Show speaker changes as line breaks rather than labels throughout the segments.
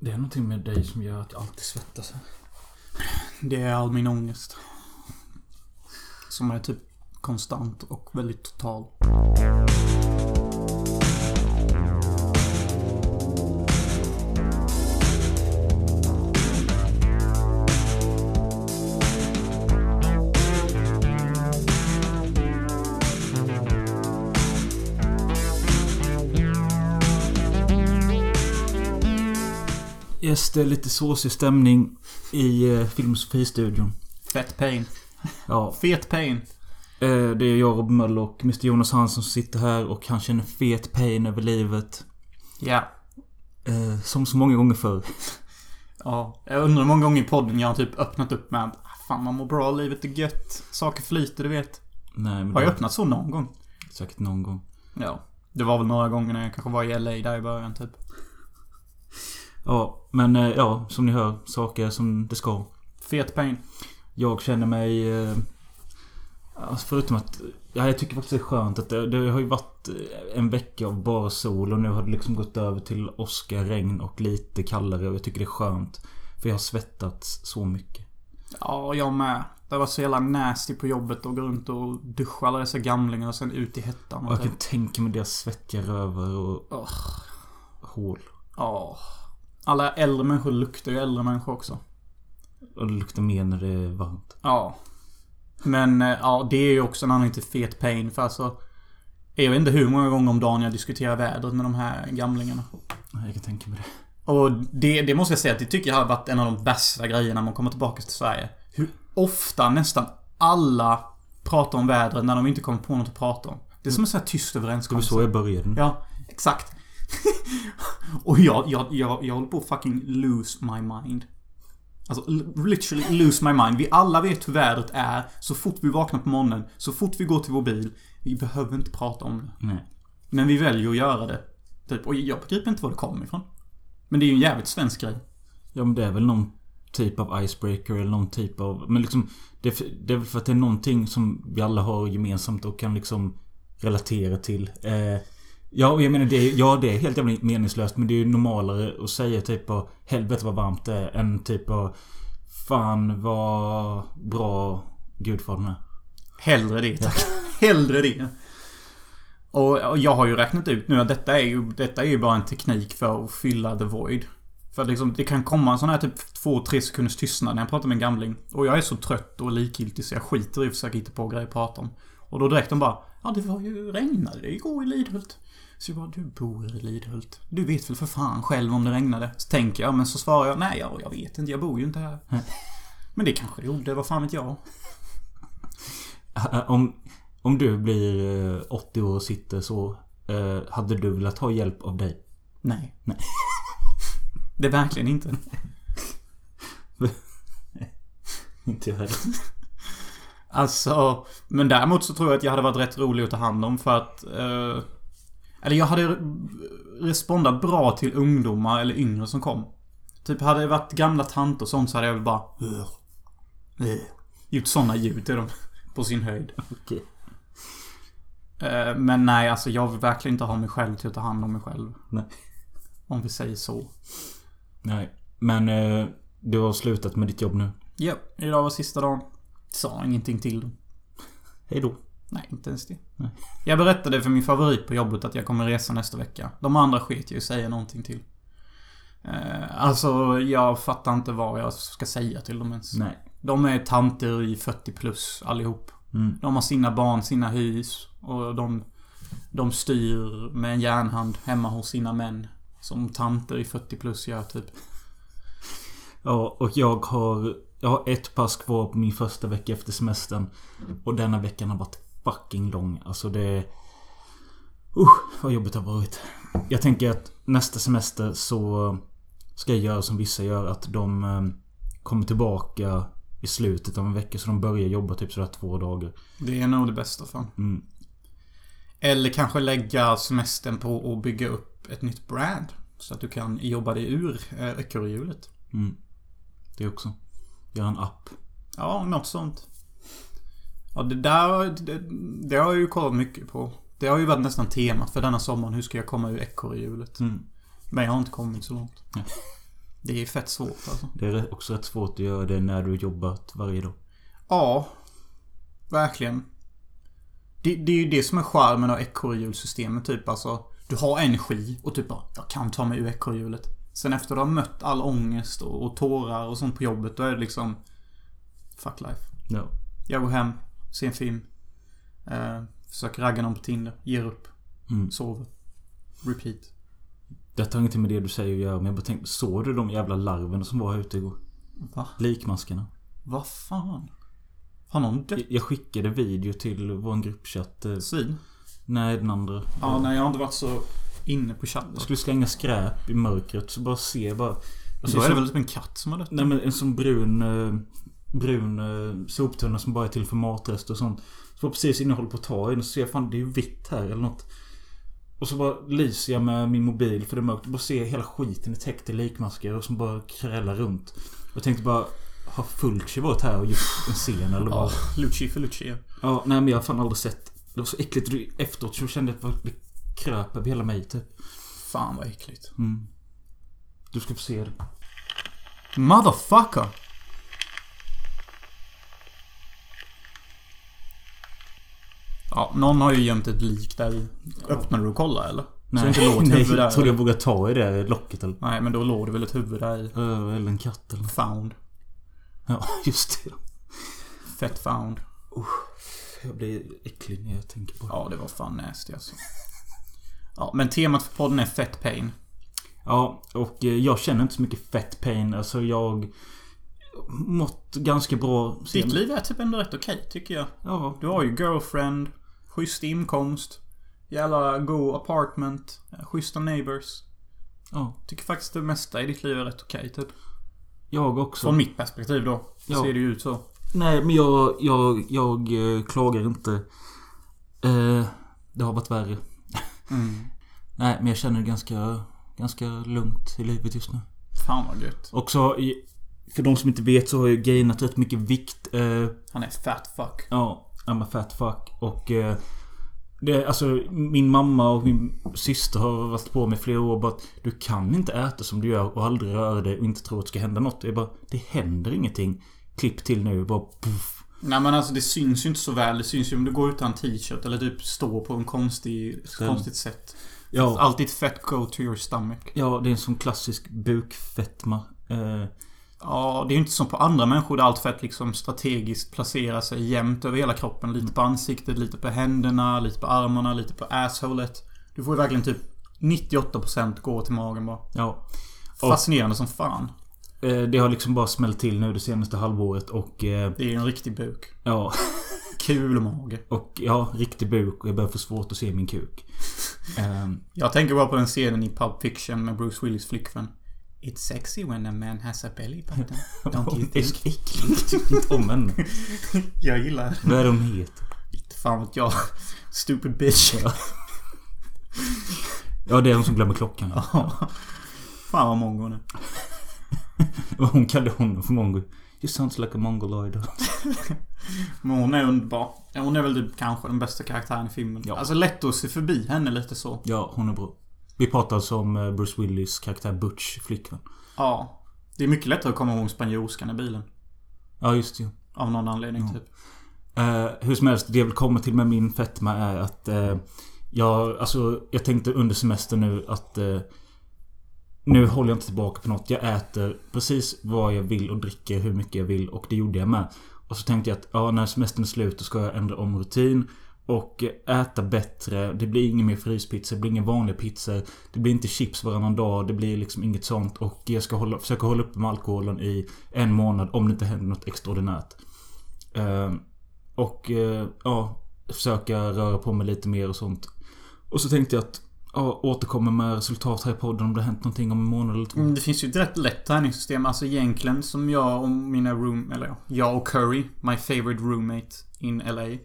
Det är någonting med dig som gör att jag alltid svettas.
Det är all min ångest. Som är typ konstant och väldigt total.
Yes, det är lite såsig stämning i eh, Filmosofistudion.
Fett pain.
Ja,
Fet pain.
eh, det är jag, Robin Möller och Mr Jonas Hansson som sitter här och han känner fet pain över livet.
Ja.
Eh, som så många gånger förr.
Ja. Jag undrar hur många gånger i podden jag har typ öppnat upp med att "Ah, Fan man mår bra, livet är gött. Saker flyter, du vet.
Nej, men
Har jag
det
öppnat så någon gång?
säkert någon gång.
Ja. Det var väl några gånger när jag kanske var i LA där i början typ.
Ja, men eh, ja, som ni hör. Saker som det ska.
Fet pain.
Jag känner mig... Eh, alltså förutom att... Ja, jag tycker faktiskt det är skönt att det, det har ju varit eh, en vecka av bara sol och nu har det liksom gått över till åska, regn och lite kallare och jag tycker det är skönt. För jag har svettats så mycket.
Ja, jag med. Det var så jävla nasty på jobbet och gå runt och duscha alla dessa gamlingar och sen ut i hettan.
Och
Och
jag
typ.
kan tänka mig deras svettiga rövar och
Ugh.
hål.
Ja. Alla äldre människor luktar ju äldre människor också.
Och det luktar mer när det är varmt.
Ja. Men eh, ja, det är ju också en anledning till fet pain för alltså... Jag vet inte hur många gånger om dagen jag diskuterar vädret med de här gamlingarna.
Nej, Jag kan tänka mig det.
Och det, det måste jag säga att det tycker jag har varit en av de bästa grejerna man kommer tillbaka till Sverige. Hur ofta nästan alla pratar om vädret när de inte kommer på något att prata om. Det är som en sån här tyst
Det var
överenskommelse.
så jag började.
Ja, exakt. och jag, jag, jag, jag håller på att fucking lose my mind. Alltså l- literally lose my mind. Vi alla vet hur vädret är så fort vi vaknar på morgonen, så fort vi går till vår bil. Vi behöver inte prata om det.
Nej.
Men vi väljer att göra det. Typ, och jag begriper inte var det kommer ifrån. Men det är ju en jävligt svensk grej.
Ja men det är väl någon typ av icebreaker eller någon typ av... Men liksom... Det, är för- det är väl för att det är någonting som vi alla har gemensamt och kan liksom relatera till. Eh, ja, och jag menar det, är- ja, det är helt jävla meningslöst men det är ju normalare att säga typ av helvete vad varmt det är än typ av fan vad bra gudfadern är.
Hellre det tack. Hellre det. Och och jag har ju räknat ut nu att detta är ju, detta är ju bara en teknik för att fylla the void. För att liksom, det kan komma en sån här typ två, tre sekunders tystnad när jag pratar med en gamling. Och jag är så trött och likgiltig så jag skiter i att försöka hitta på grejer att prata om. Och då direkt de bara Ja det var ju regnade det igår i Lidhult. Så jag bara Du bor i Lidhult. Du vet väl för fan själv om det regnade? Så tänker jag men så svarar jag Nej jag, jag vet inte, jag bor ju inte här. men det kanske det gjorde, vad fan vet jag?
Eh, eh, Om, om du blir eh, 80 år och sitter så eh, Hade du velat ha hjälp av dig?
Nej. Det är verkligen inte.
Inte jag heller.
Alltså, men däremot så tror jag att jag hade varit rätt rolig att ta hand om för att... Eh, eller jag hade re- respondat bra till ungdomar eller yngre som kom. Typ hade det varit gamla tanter och sånt så hade jag väl bara... "Ugh, ugh", Gjort såna ljud till dem. På sin höjd.
Okej.
Eh, men nej, alltså jag vill verkligen inte ha mig själv till att ta hand om mig själv.
Nej.
Om vi säger så.
Nej. Men eh, du har slutat med ditt jobb nu.
Ja, idag var sista dagen. Sa ingenting till dem.
Hej då.
Nej, inte ens det.
Nej.
Jag berättade för min favorit på jobbet att jag kommer resa nästa vecka. De andra sket ju i att säga någonting till. Eh, alltså, jag fattar inte vad jag ska säga till dem ens.
Nej.
De är tanter i 40 plus allihop.
Mm.
De har sina barn, sina hus och de, de styr med en järnhand hemma hos sina män. Som tanter i 40 plus gör typ.
Ja, och jag har... Jag har ett pass kvar på min första vecka efter semestern. Och denna veckan har varit fucking lång. Alltså det... Usch, vad jobbigt det har varit. Jag tänker att nästa semester så ska jag göra som vissa gör. Att de eh, kommer tillbaka i slutet av en vecka. Så de börjar jobba typ sådär två dagar.
Det är nog det bästa för dem.
Mm.
Eller kanske lägga semestern på att bygga upp ett nytt brand. Så att du kan jobba dig ur eh, ekorrhjulet.
Mm. Det också. Göra en app.
Ja, något sånt. Ja, det där det, det har jag ju kollat mycket på. Det har ju varit nästan temat för denna sommaren. Hur ska jag komma ur ekorrhjulet?
Mm.
Men jag har inte kommit så långt. Det är fett svårt alltså.
Det är rätt- också rätt svårt att göra det när du jobbat varje dag.
Ja, verkligen. Det, det är ju det som är charmen av ekorrhjulssystemet typ. Alltså, du har energi och typ bara, jag kan ta mig ur ekorrhjulet. Sen efter du har mött all ångest och, och tårar och sånt på jobbet, då är det liksom... Fuck life.
Ja.
Jag går hem, ser en film. Eh, försöker ragga någon på Tinder, ger upp,
Mm.
sover. Repeat.
Detta har ingenting med det du säger att göra men jag bara tänkte, såg du de jävla larverna som var här ute igår?
Va?
Likmaskarna.
Vad fan? Har någon dött?
Jag- Jag skickade video till vår gruppchatt. eh,
Svin?
Nej, den andra.
Ja, nej jag har inte varit så inne på chatten.
Jag skulle slänga skräp i mörkret så bara se bara.
Då är det väl typ en katt som har dött?
Nej men en sån brun eh, Brun eh, soptunna som bara är till för matrester och sånt. Så var precis innan jag håller på att ta i den så ser jag fan det är ju vitt här eller något. Och så bara lyser jag med min mobil för det är mörkt. Bara ser hela skiten är täckt i likmasker och som bara krälar runt. Jag tänkte bara Har Fulci varit här och gjort en scen eller vad?
Ja, Lucci Felucci. ja.
Ja, nej men jag har fan aldrig sett. Det var så äckligt. Det- Efteråt så kände jag att det kröp över hela mig typ.
Fan vad äckligt.
Mm. Du ska få se det.
Motherfucker! Ja, någon har ju gömt ett lik där i. Öppnar du och kollar eller?
Nej,
Så inte låg ett
nej
huvud där?
jag trodde jag
eller?
vågade ta i det locket eller
Nej, men då låg det väl ett huvud där i.
Ö, Eller en katt eller något.
Found.
Ja, just det.
Fett found.
Jag blir äcklig när jag tänker på det.
Ja, det var fan nasty alltså. Ja, men temat för podden är fett pain.
Ja, och eh, jag känner inte så mycket fett pain. Alltså jag... Mått ganska bra.
Ditt liv är typ ändå rätt okej tycker jag.
Ja.
Du har ju girlfriend, schysst inkomst, jävla go apartment, eh, schyssta neighbors.
ja.
Tycker faktiskt det mesta i ditt liv är rätt okej typ.
Jag också.
Från mitt perspektiv då.
Ja.
Ser det ju ut så.
Nej, men jag, jag, jag eh, klagar inte. Eh, det har varit värre.
Mm.
Nej, men jag känner det ganska, ganska lugnt i livet just nu.
Fan vad gött.
Också, för de som inte vet så har jag gainat rätt mycket vikt. Eh,
Han är fat fuck.
ja, I'm a fat fuck. Och... Eh, det, alltså, min mamma och min syster har varit på mig i flera år bara att Du kan inte äta som du gör och aldrig röra dig och inte tro att det ska hända något. Jag bara, det händer ingenting. Klipp till nu, bara puff.
Nej men alltså det syns ju inte så väl. Det syns ju om du går utan t-shirt eller typ står på en konstig,
Mm.
konstigt sätt.
Ja.
Alltid fett go to your stomach.
Ja, det är en sån klassisk bukfetma. Eh,
Ja, det är ju inte som på andra människor där allt fett liksom strategiskt placerar sig jämnt över hela kroppen. Lite på ansiktet, lite på händerna, lite på armarna, lite på assholet. Du får ju verkligen typ 98% gå till magen bara.
ja.
Fascinerande som fan.
Eh, det har liksom bara smällt till nu det senaste halvåret och... Eh,
Det är ju en riktig buk.
ja.
Kul mage.
Och ja, riktig buk och jag börjar få svårt att se min kuk. Eh,
Jag tänker bara på den scenen i Pulp Fiction med Bruce Willis flickvän. It's sexy when a man has a belly button. Don't you
det är så
think?
äckligt. Tycker inte om henne.
Jag gillar det.
Vad är det hon heter?
Inte fan vet jag. Stupid bitch.
Ja, det är hon som glömmer klockan.
fan vad mongo nu.
Och Hon kallade honom för mongo. You sounds like a mongoloid.
Men hon är underbar. Hon är väl typ kanske den bästa karaktären i filmen.
Ja.
Alltså lätt att se förbi henne lite så.
Ja, hon är bra. Vi pratar alltså om eh, Bruce Willis karaktär Butch, flickvän.
Ja. Det är mycket lättare att komma ihåg spanjorskan i bilen.
Ja, just det.
Av någon anledning
Ja.
typ.
Eh, hur som helst, det jag vill komma till med min fetma är att eh, jag, alltså, jag tänkte under semestern nu att eh, Nu håller jag inte tillbaka på något. Jag äter precis vad jag vill och dricker hur mycket jag vill och det gjorde jag med. Och så tänkte jag att ja, när semestern är slut då ska jag ändra om rutin och äta bättre. Det blir ingen mer fryspizza, det blir ingen vanlig pizza. Det blir inte chips varannan dag, det blir liksom inget sånt. Och jag ska hålla, försöka hålla uppe med alkoholen i en månad om det inte händer något extraordinärt. Ehm, och eh, ja, försöka röra på mig lite mer och sånt. Och så tänkte jag att ja, återkomma med resultat här i podden om det har hänt någonting om en månad eller två.
Mm, Det finns ju ett rätt lätt träningssystem. Alltså egentligen som jag och mina room... Eller ja, jag och Curry, my favorite roommate in LA.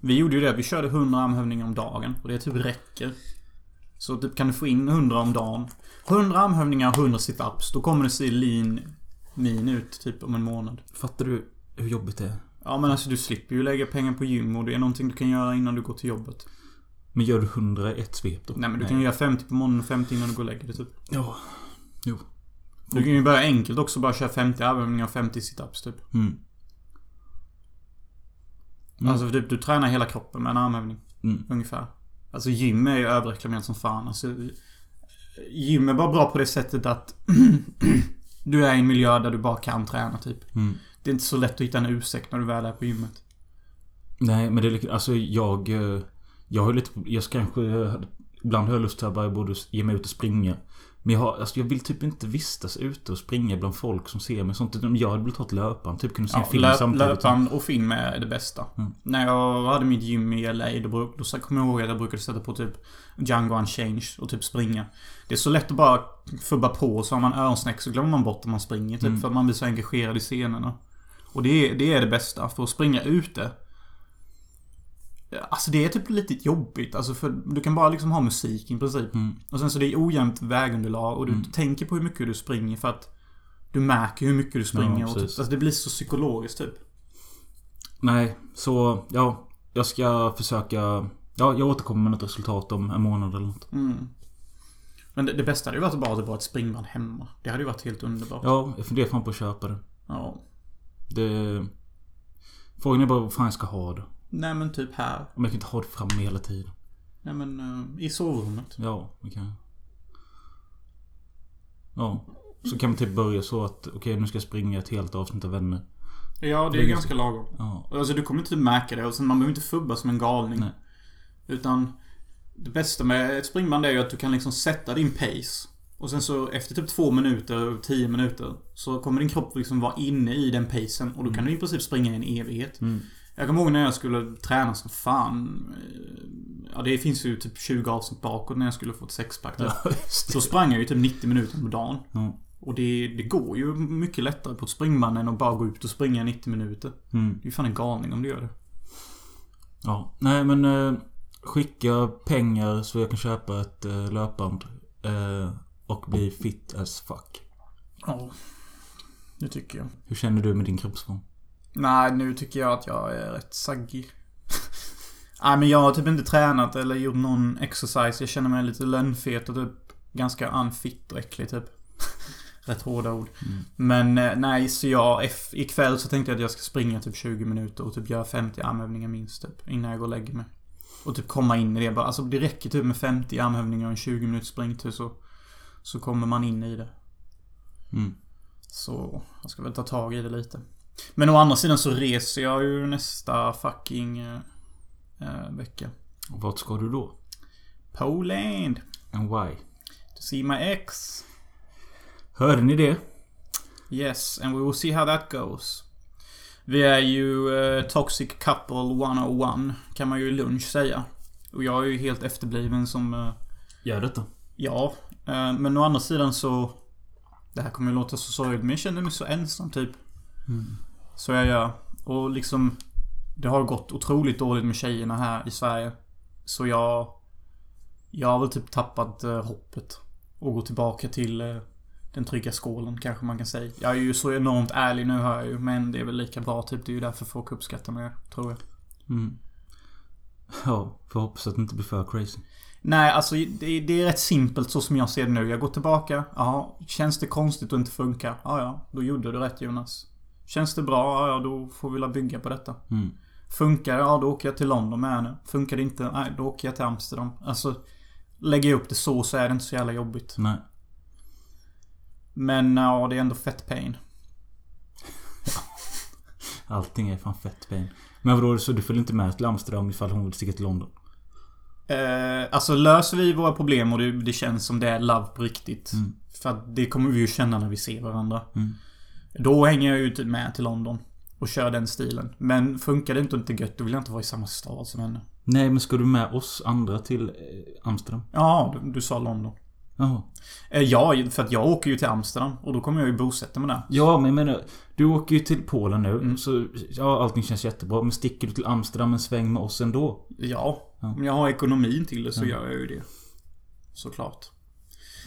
Vi gjorde ju det. Vi körde 100 armhävningar om dagen. Och det typ räcker. Så typ kan du få in 100 om dagen. 100 armhävningar och 100 situps. Då kommer det se lean min ut typ om en månad.
Fattar du hur jobbigt det är?
Ja men alltså du slipper ju lägga pengar på gym och det är någonting du kan göra innan du går till jobbet.
Men gör du 100 i ett svep då?
Nej men du kan ju göra 50 på morgonen och 50 innan du går och lägger dig typ.
Ja. Jo.
Du kan ju börja enkelt också. Bara köra 50 armhävningar och 50 situps typ.
Mm. Mm.
Alltså typ, du tränar hela kroppen med en armhävning.
Mm.
Ungefär. Alltså gym är ju överreklamerat som fan. Alltså, gym är bara bra på det sättet att du är i en miljö där du bara kan träna typ.
Mm.
Det är inte så lätt att hitta en ursäkt när du väl är på gymmet.
Nej, men det är lik- alltså jag... eh, Jag har ju lite... Jag ska kanske... eh, hade- Ibland har jag lust att jag borde ge mig ut och springa. Men jag, har, alltså jag vill typ inte vistas ute och springa bland folk som ser mig. Sånt. Utan Jag hade velat ta ett löpband. Typ kunna se en
Ja,
film
löp,
samtidigt.
löpband och film är det bästa.
Mm.
När jag hade mitt gym i LA, då, bruk, då kom jag ihåg att jag brukade sätta på typ Django Unchained och typ springa. Det är så lätt att bara fubba på och så har man öronsnäck så glömmer man bort om man springer. Typ
Mm.
för att man blir så engagerad i scenerna. Och det är, det är det bästa, för att springa ute. Alltså det är typ lite jobbigt, alltså för du kan bara liksom ha musik i princip.
Mm.
Och sen så det är ojämnt vägunderlag och du
Mm.
tänker på hur mycket du springer för att du märker hur mycket du springer. och typ,
precis.
alltså det blir så psykologiskt typ.
Nej, så ja. Jag ska försöka... Ja, jag återkommer med något resultat om en månad eller något.
Mm. Men det, det bästa hade ju varit att bara ha ett springband hemma. Det hade ju varit helt underbart.
Ja, jag funderar fan på att köpa det.
Ja.
det frågan är bara vad fan jag ska ha det.
Nej men typ här.
Om jag kan inte ha det framme hela tiden.
Nej men eh, i sovrummet.
Ja, det kan jag. Ja. Så kan man typ börja så att okej nu ska jag springa ett helt avsnitt av vänner.
Ja, det är
Lägg
ganska lagom.
Ja.
Alltså du kommer inte typ märka det och sen man behöver inte fubba som en galning.
Nej.
Utan det bästa med ett springband är ju att du kan liksom sätta din pace. Och sen så efter typ två minuter, tio minuter. Så kommer din kropp liksom vara inne i den pacen och då kan du i princip springa i en evighet.
Mm.
Jag kommer ihåg när jag skulle träna som fan. eh, Ja, det finns ju typ 20 avsnitt bakåt när jag skulle få ett sexpack. där.
just
Då sprang jag ju typ 90 minuter om dagen.
Ja.
Och det, det går ju mycket lättare på ett springband än att bara gå ut och springa 90 minuter.
Mm.
Det är ju fan en galning om du gör det.
Ja. Nej men eh, skicka pengar så jag kan köpa ett eh, löpband. Eh, och bli fit as fuck.
Ja. Det tycker jag.
Hur känner du med din kroppsform?
Nej, nu tycker jag att jag är rätt saggig. Nej, men jag har typ inte tränat eller gjort någon exercise. Jag känner mig lite lönnfet och typ ganska unfit och äcklig typ. rätt hårda ord.
Mm.
Men eh, nej, så jag eff- ikväll så tänkte jag att jag ska springa typ 20 minuter och typ göra 50 armhävningar minst typ. Innan jag går och lägger mig. Och typ komma in i det bara. Alltså det räcker typ med 50 armhävningar och en 20 minuters springtur så, så kommer man in i det.
Mm.
Så jag ska väl ta tag i det lite. Men å andra sidan så reser jag ju nästa fucking eh, eh, vecka.
Och Vart ska du då?
Poland!
And why?
To see my ex.
Hörde ni det?
Yes, and we will see how that goes. Vi är ju eh, Toxic Couple 101, kan man ju i lunch säga. Och jag är ju helt efterbliven som... eh,
Gör detta.
ja, eh, men å andra sidan så... Det här kommer ju låta så sorgligt, men jag kände mig så ensam typ.
Mm.
Så jag gör. Och liksom... Det har gått otroligt dåligt med tjejerna här i Sverige. Så jag... Jag har väl typ tappat eh, hoppet. Och gå tillbaka till eh, den trygga skålen kanske man kan säga. Jag är ju så enormt ärlig nu hör jag ju. Men det är väl lika bra typ. Det är ju därför folk uppskattar mig, tror jag.
Mm. Ja, får hoppas att det inte blir för crazy.
Nej, alltså det, det är rätt simpelt så som jag ser det nu. Jag går tillbaka. Ja, känns det konstigt och inte funkar? Ja, ja. Då gjorde du rätt Jonas. Känns det bra? Ja, ja. Då får vi la bygga på detta.
Mm.
Funkar det? Ja, då åker jag till London med henne. Funkar det inte? Nej, då åker jag till Amsterdam. Alltså, lägger jag upp det så så är det inte så jävla jobbigt.
Så nej.
Men ja, det är ändå fett pain.
Allting är fan fett pain. Men vadå, så du följer inte med till Amsterdam ifall hon vill sticka till London?
Eh, alltså löser vi våra problem och det, det känns som det är love på riktigt.
Mm.
För att det kommer vi ju känna när vi ser varandra.
Mm.
Då hänger jag ju typ med till London. Och kör den stilen. Men funkar det inte och inte gött, då vill jag inte vara i samma stad som henne.
Nej, men ska du med oss andra till eh, Amsterdam?
Ja, du, du sa London.
Jaha.
Eh, ja, för att jag åker ju till Amsterdam. Och då kommer jag ju bosätta mig där.
Ja, men jag menar, du åker ju till Polen nu.
Mm.
Så ja, allting känns jättebra. Men sticker du till Amsterdam en sväng med oss ändå?
Ja,
Ja.
om jag har ekonomin till det så
Ja.
gör jag ju det. Såklart.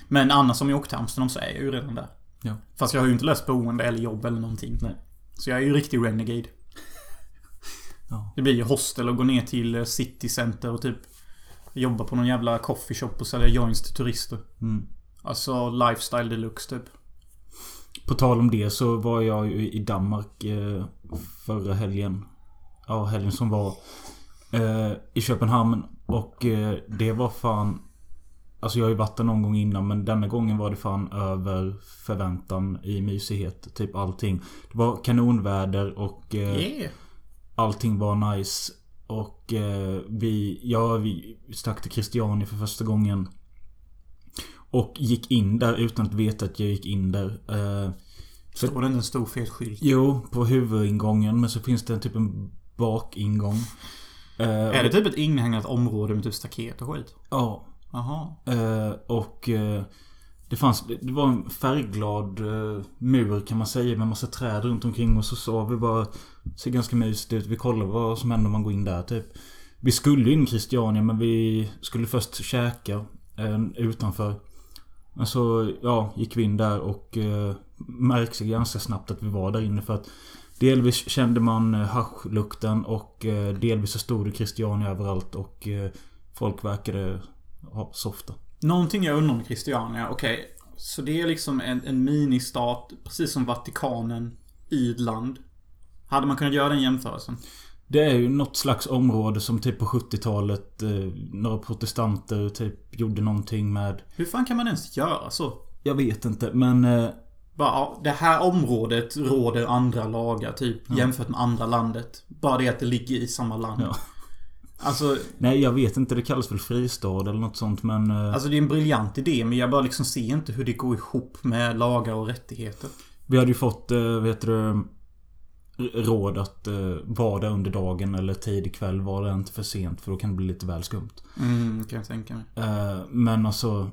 Men annars om jag åker till Amsterdam så är jag ju redan där.
Ja.
Fast jag har ju inte löst boende eller jobb eller någonting.
Nej.
Så jag är ju riktig renegade.
Ja.
Det blir ju hostel och gå ner till eh, citycenter och typ jobba på någon jävla coffeeshop och sälja joints till turister.
Mm.
Alltså lifestyle deluxe typ.
På tal om det så var jag ju i Danmark eh, förra helgen. Ja, helgen som var. Eh, I Köpenhamn. Och eh, det var fan... Alltså jag har ju varit där någon gång innan men denna gången var det fan över förväntan i mysighet. Typ allting. Det var kanonväder och... Eh,
Yeah.
Allting var nice. Och eh, vi, ja, vi stack till Christiania för första gången. Och gick in där utan att veta att jag gick in där. Eh,
Står det inte en stor fet skylt?
jo, på huvudingången men så finns det en typ en bakingång. Eh,
Är det typ ett inhägnat område med typ staket och skit?
Ja.
Jaha.
Eh, och eh, det fanns, det var en färgglad eh, mur kan man säga med massa träd runt omkring och så sa vi bara Ser ganska mysigt ut, vi kollar vad som händer om man går in där typ. Vi skulle in i Christiania men vi skulle först käka eh, utanför. Men så ja, gick vi in där och eh, märkte ganska snabbt att vi var där inne för att Delvis kände man eh, haschlukten och eh, delvis så stod det Christiania överallt och eh, folk verkade ha softa.
Någonting jag undrar om Christiania, okej. Så det är liksom en, en ministat, precis som Vatikanen, i ett land. Hade man kunnat göra den jämförelsen?
Det är ju något slags område som typ på 70-talet eh, Några protestanter typ gjorde någonting med
Hur fan kan man ens göra så?
Jag vet inte men eh,
Bara, ja, det här området råder andra lagar, typ, jämfört med andra landet. Bara det att det ligger i samma land.
Ja.
Alltså,
Nej jag vet inte det kallas väl fristad eller något sånt men eh,
alltså, det är en briljant idé, men jag bara liksom ser inte hur det går ihop med lagar och rättigheter.
Vi hade ju fått eh, vet du Råd att eh, vara där under dagen eller tidig kväll var det inte för sent för då kan det bli lite väl skumt.
Mm, kan jag tänka mig.
Eh, Men alltså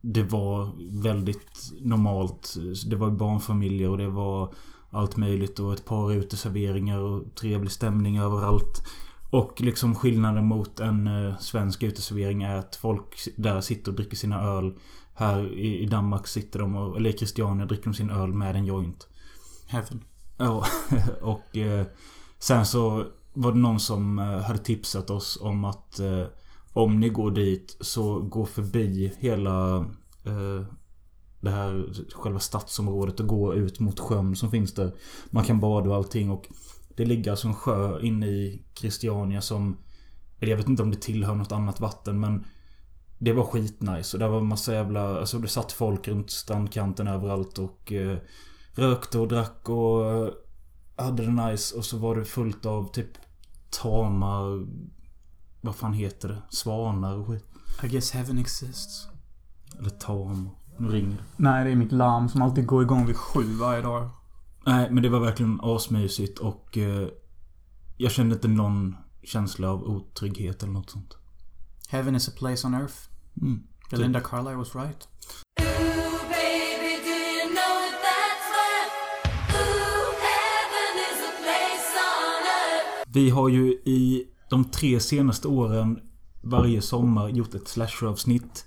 Det var väldigt normalt. Det var barnfamiljer och det var allt möjligt och ett par uteserveringar och trevlig stämning överallt. Och liksom skillnaden mot en eh, svensk uteservering är att folk där sitter och dricker sina öl. Här i i Danmark sitter de och, eller i Christiania dricker de sin öl med en joint.
Heaven.
Ja, och eh, sen så var det någon som eh, hade tipsat oss om att eh, om ni går dit så gå förbi hela eh, det här själva stadsområdet och gå ut mot sjön som finns där. Man kan bada och allting och det ligger alltså en sjö inne i Christiania som eller jag vet inte om det tillhör något annat vatten men Det var skitnice och där var massa jävla Alltså det satt folk runt strandkanten överallt och eh, Rökte och drack och eh, Hade det nice och så var det fullt av typ Tama Vad fan heter det? Svanar och skit
I guess heaven exists.
Eller tam Nu ringer det.
Nej, det är mitt larm som alltid går igång vid sju varje dag.
Nej men det var verkligen asmysigt och eh, Jag kände inte någon känsla av otrygghet eller något sånt
Heaven is a place on earth.
mm.
Belinda Carlisle was right.
Ooh, baby, do you know what that's worth? Ooh, heaven is a place on earth.
Vi har ju i de tre senaste åren varje sommar gjort ett slasher-avsnitt.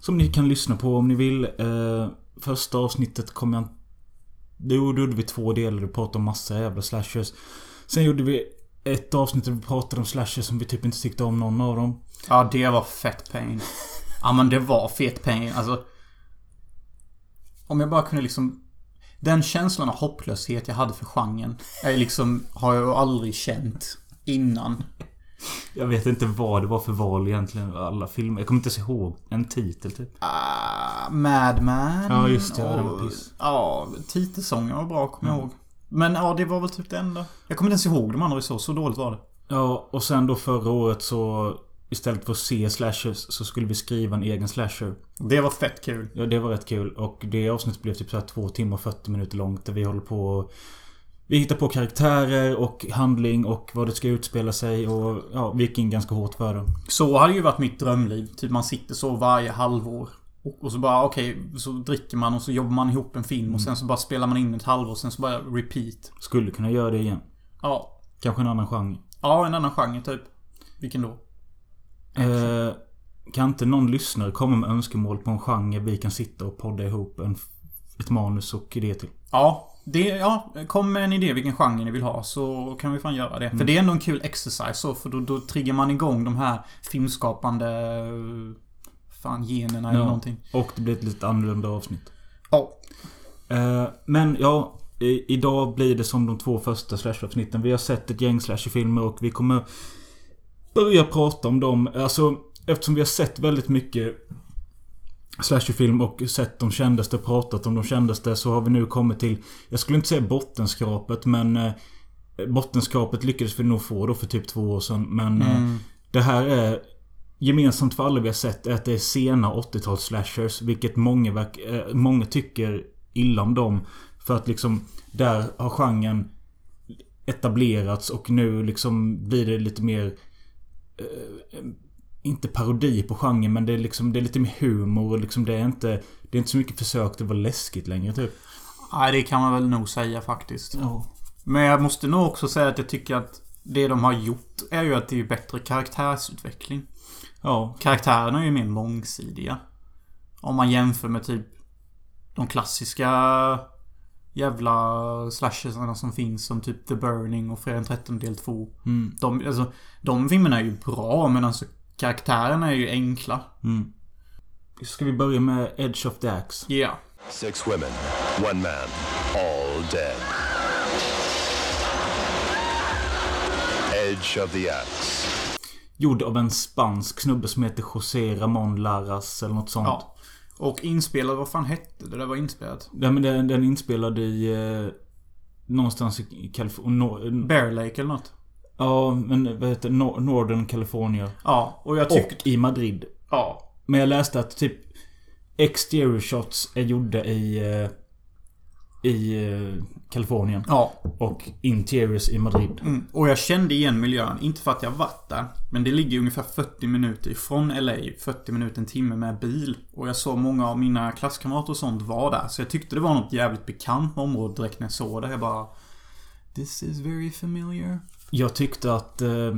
Som ni kan lyssna på om ni vill. Eh, första avsnittet kom jag... Jo, då gjorde vi två delar. Vi pratade om massa jävla slashers. Sen gjorde vi ett avsnitt där vi pratade om slashers som vi typ inte tyckte om någon av dem.
Ja, det var fett pain. Ja, men det var fet pain. Alltså... Om jag bara kunde liksom... Den känslan av hopplöshet jag hade för genren är liksom, har jag aldrig känt innan.
Jag vet inte vad det var för val egentligen. Alla filmer. Jag kommer inte ens ihåg. En titel typ.
Ah, Madman.
Ja, just det. Ja, det var
Och,
piss.
ja, titelsången var bra, kommer jag ihåg. Men ja, det var väl typ det enda. Jag kommer inte ens ihåg de andra så, så dåligt var det.
Ja, och sen då förra året så... Istället för att se slashers så skulle vi skriva en egen slasher.
Det var fett kul.
Ja, det var rätt kul. Och det avsnittet blev typ så här två timmar och 40 minuter långt. Där vi håller på och... Vi hittar på karaktärer och handling och vad det ska utspela sig och ja, vi gick in ganska hårt för det.
Så hade ju varit mitt drömliv. Typ man sitter så varje halvår. Och, och så bara okej, så dricker man och så jobbar man ihop en film och sen så bara spelar man in ett halvår och sen så bara repeat.
Skulle kunna göra det igen.
Ja.
Kanske en annan genre.
Ja, en annan genre typ. Vilken då?
Eh, kan inte någon lyssnare komma med önskemål på en genre vi kan sitta och podda ihop en, ett manus och idé till?
Ja. Det, ja, kom med en idé vilken genre ni vill ha så kan vi fan göra det. För det är ändå en kul exercise så för då, då triggar man igång de här filmskapande... eh, Fan, generna eller
Ja.
någonting.
Och det blir ett lite annorlunda avsnitt.
Ja.
Eh, Men ja, i, idag blir det som de två första slasher-avsnitten. Vi har sett ett gäng slasher-filmer och vi kommer börja prata om dem. Alltså, eftersom vi har sett väldigt mycket slasherfilm och sett de kändaste, pratat om de kändaste, så har vi nu kommit till, jag skulle inte säga bottenskrapet, men eh, bottenskrapet lyckades vi nog få då för typ två år sedan. Men eh, det här är gemensamt för alla vi har sett är att det är sena 80-tals slashers. Vilket många, verk, eh, många tycker illa om dem. För att liksom där har genren etablerats och nu liksom blir det lite mer... eh, inte parodi på genren men det är liksom det är lite mer humor och liksom det är inte... Det är inte så mycket försök till att vara läskigt längre typ.
Nej, det kan man väl nog säga faktiskt.
Ja.
Men jag måste nog också säga att jag tycker att det de har gjort är ju att det är bättre karaktärsutveckling.
Ja.
Karaktärerna är ju mer mångsidiga. Om man jämför med typ de klassiska jävla slashersarna som finns som typ The Burning och Fredag den 13 del 2.
Mm.
De, alltså, de filmerna är ju bra men alltså karaktärerna är ju enkla.
Mm. Ska vi börja med Edge of the Axe?
Ja.
Six women, one man, all dead. Edge of the axe.
Gjord av en spansk snubbe som heter José Ramón Larras eller något sånt.
ja. Och inspelad, vad fan hette det? Det var inspelat.
Nej, men den, den är inspelad i... Eh, någonstans i Kalifornien.
Bear Lake eller något.
ja, men vad heter det? Nor- Northern California.
Ja, och jag tyckte...
Och i Madrid.
Ja.
Men jag läste att typ... Exterior shots är gjorda i... Eh, I eh, Kalifornien.
Ja.
Och interiors i Madrid.
Mm. Och jag kände igen miljön, inte för att jag varit där. Men det ligger ungefär 40 minuter ifrån LA. 40 minuter, en timme med bil. Och jag såg många av mina klasskamrater och sånt var där. Så jag tyckte det var något jävligt bekant med området direkt när jag såg det. Jag bara... This is very familiar.
Jag tyckte att... Eh,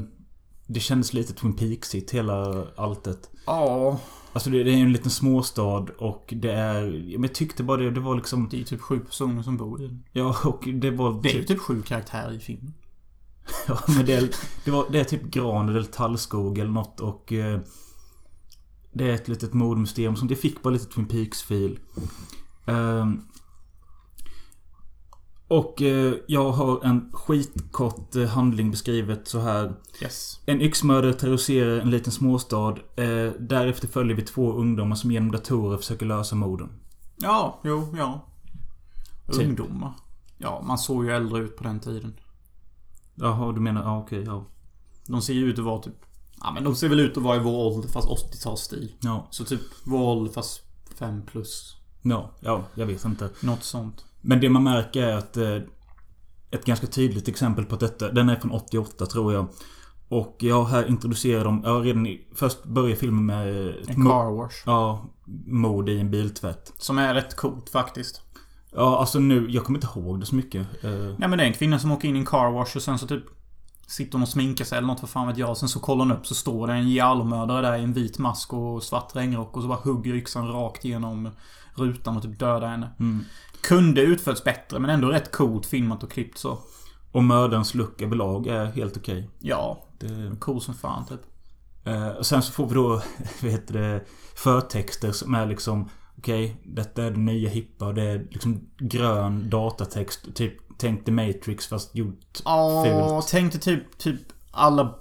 det kändes lite Twin Peaksigt, hela alltet.
Ja.
Alltså det, det är ju en liten småstad och det är... Men jag tyckte bara det, det var liksom...
Det är typ sju personer som bor i den.
Ja, och det var...
Det är ju typ sju karaktärer i filmen.
Ja, men det är, det, var, det är typ gran eller tallskog eller något och... Eh, det är ett litet mordmysterium som det fick bara lite Twin Peaks-fil. Ehm, och eh, jag har en skitkort eh, handling beskrivet så här.
Yes.
En yxmördare terroriserar en liten småstad. Eh, därefter följer vi två ungdomar som genom datorer försöker lösa morden.
Ja, jo, ja.
Typ.
Ungdomar. Ja, man såg ju äldre ut på den tiden.
Jaha, du menar... Ja, okej. ja.
De ser ju ut att vara typ... Ja, men de ser väl ut att vara i vår ålder fast 80-talsstil.
Ja.
Så typ vår ålder fast 5 plus.
Ja, ja, jag vet inte.
Något sånt.
Men det man märker är att eh, ett ganska tydligt exempel på detta. Den är från 88 tror jag. Och jag här introducerar dem. Jag har redan i, först börjar filmen med eh, ett
En
mo-
car wash.
ja, mord i en biltvätt.
Som är rätt coolt faktiskt.
Ja, alltså nu. Jag kommer inte ihåg det så mycket. Eh,
Nej men det är en kvinna som åker in i en car wash och sen så typ Sitter hon och sminkar sig eller något, vad fan vet jag. Sen så kollar hon upp så står det en gialmördare där i en vit mask och svart regnrock och så bara hugger yxan rakt genom rutan och typ dödar henne.
Mm.
Kunde utförts bättre men ändå rätt coolt filmat och klippt så.
och mördarens look överlag är helt okej.
Ja,
Det-
cool som fan typ.
Eh, och sen så får vi då, vad heter det, förtexter som är liksom Okej, detta är det nya hippa. Det är liksom grön datatext. Typ tänk The Matrix fast gjort
Ja,
fult.
tänkte typ, typ alla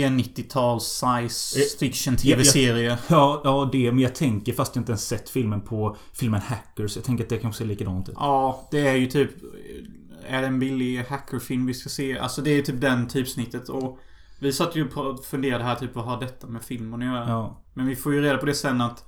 B90-tals science fiction
jag- jag-
tv-serier.
Ja, ja det. Men jag tänker, fast jag inte ens sett filmen, på filmen Hackers. Jag tänker att det kanske ser likadant ut.
Ja, det är ju typ... Är det en billig hackerfilm vi ska se? Alltså det är typ den typsnittet och... Vi satt ju på och funderade här typ vad har detta med filmen att göra?
Ja.
Men vi får ju reda på det sen att...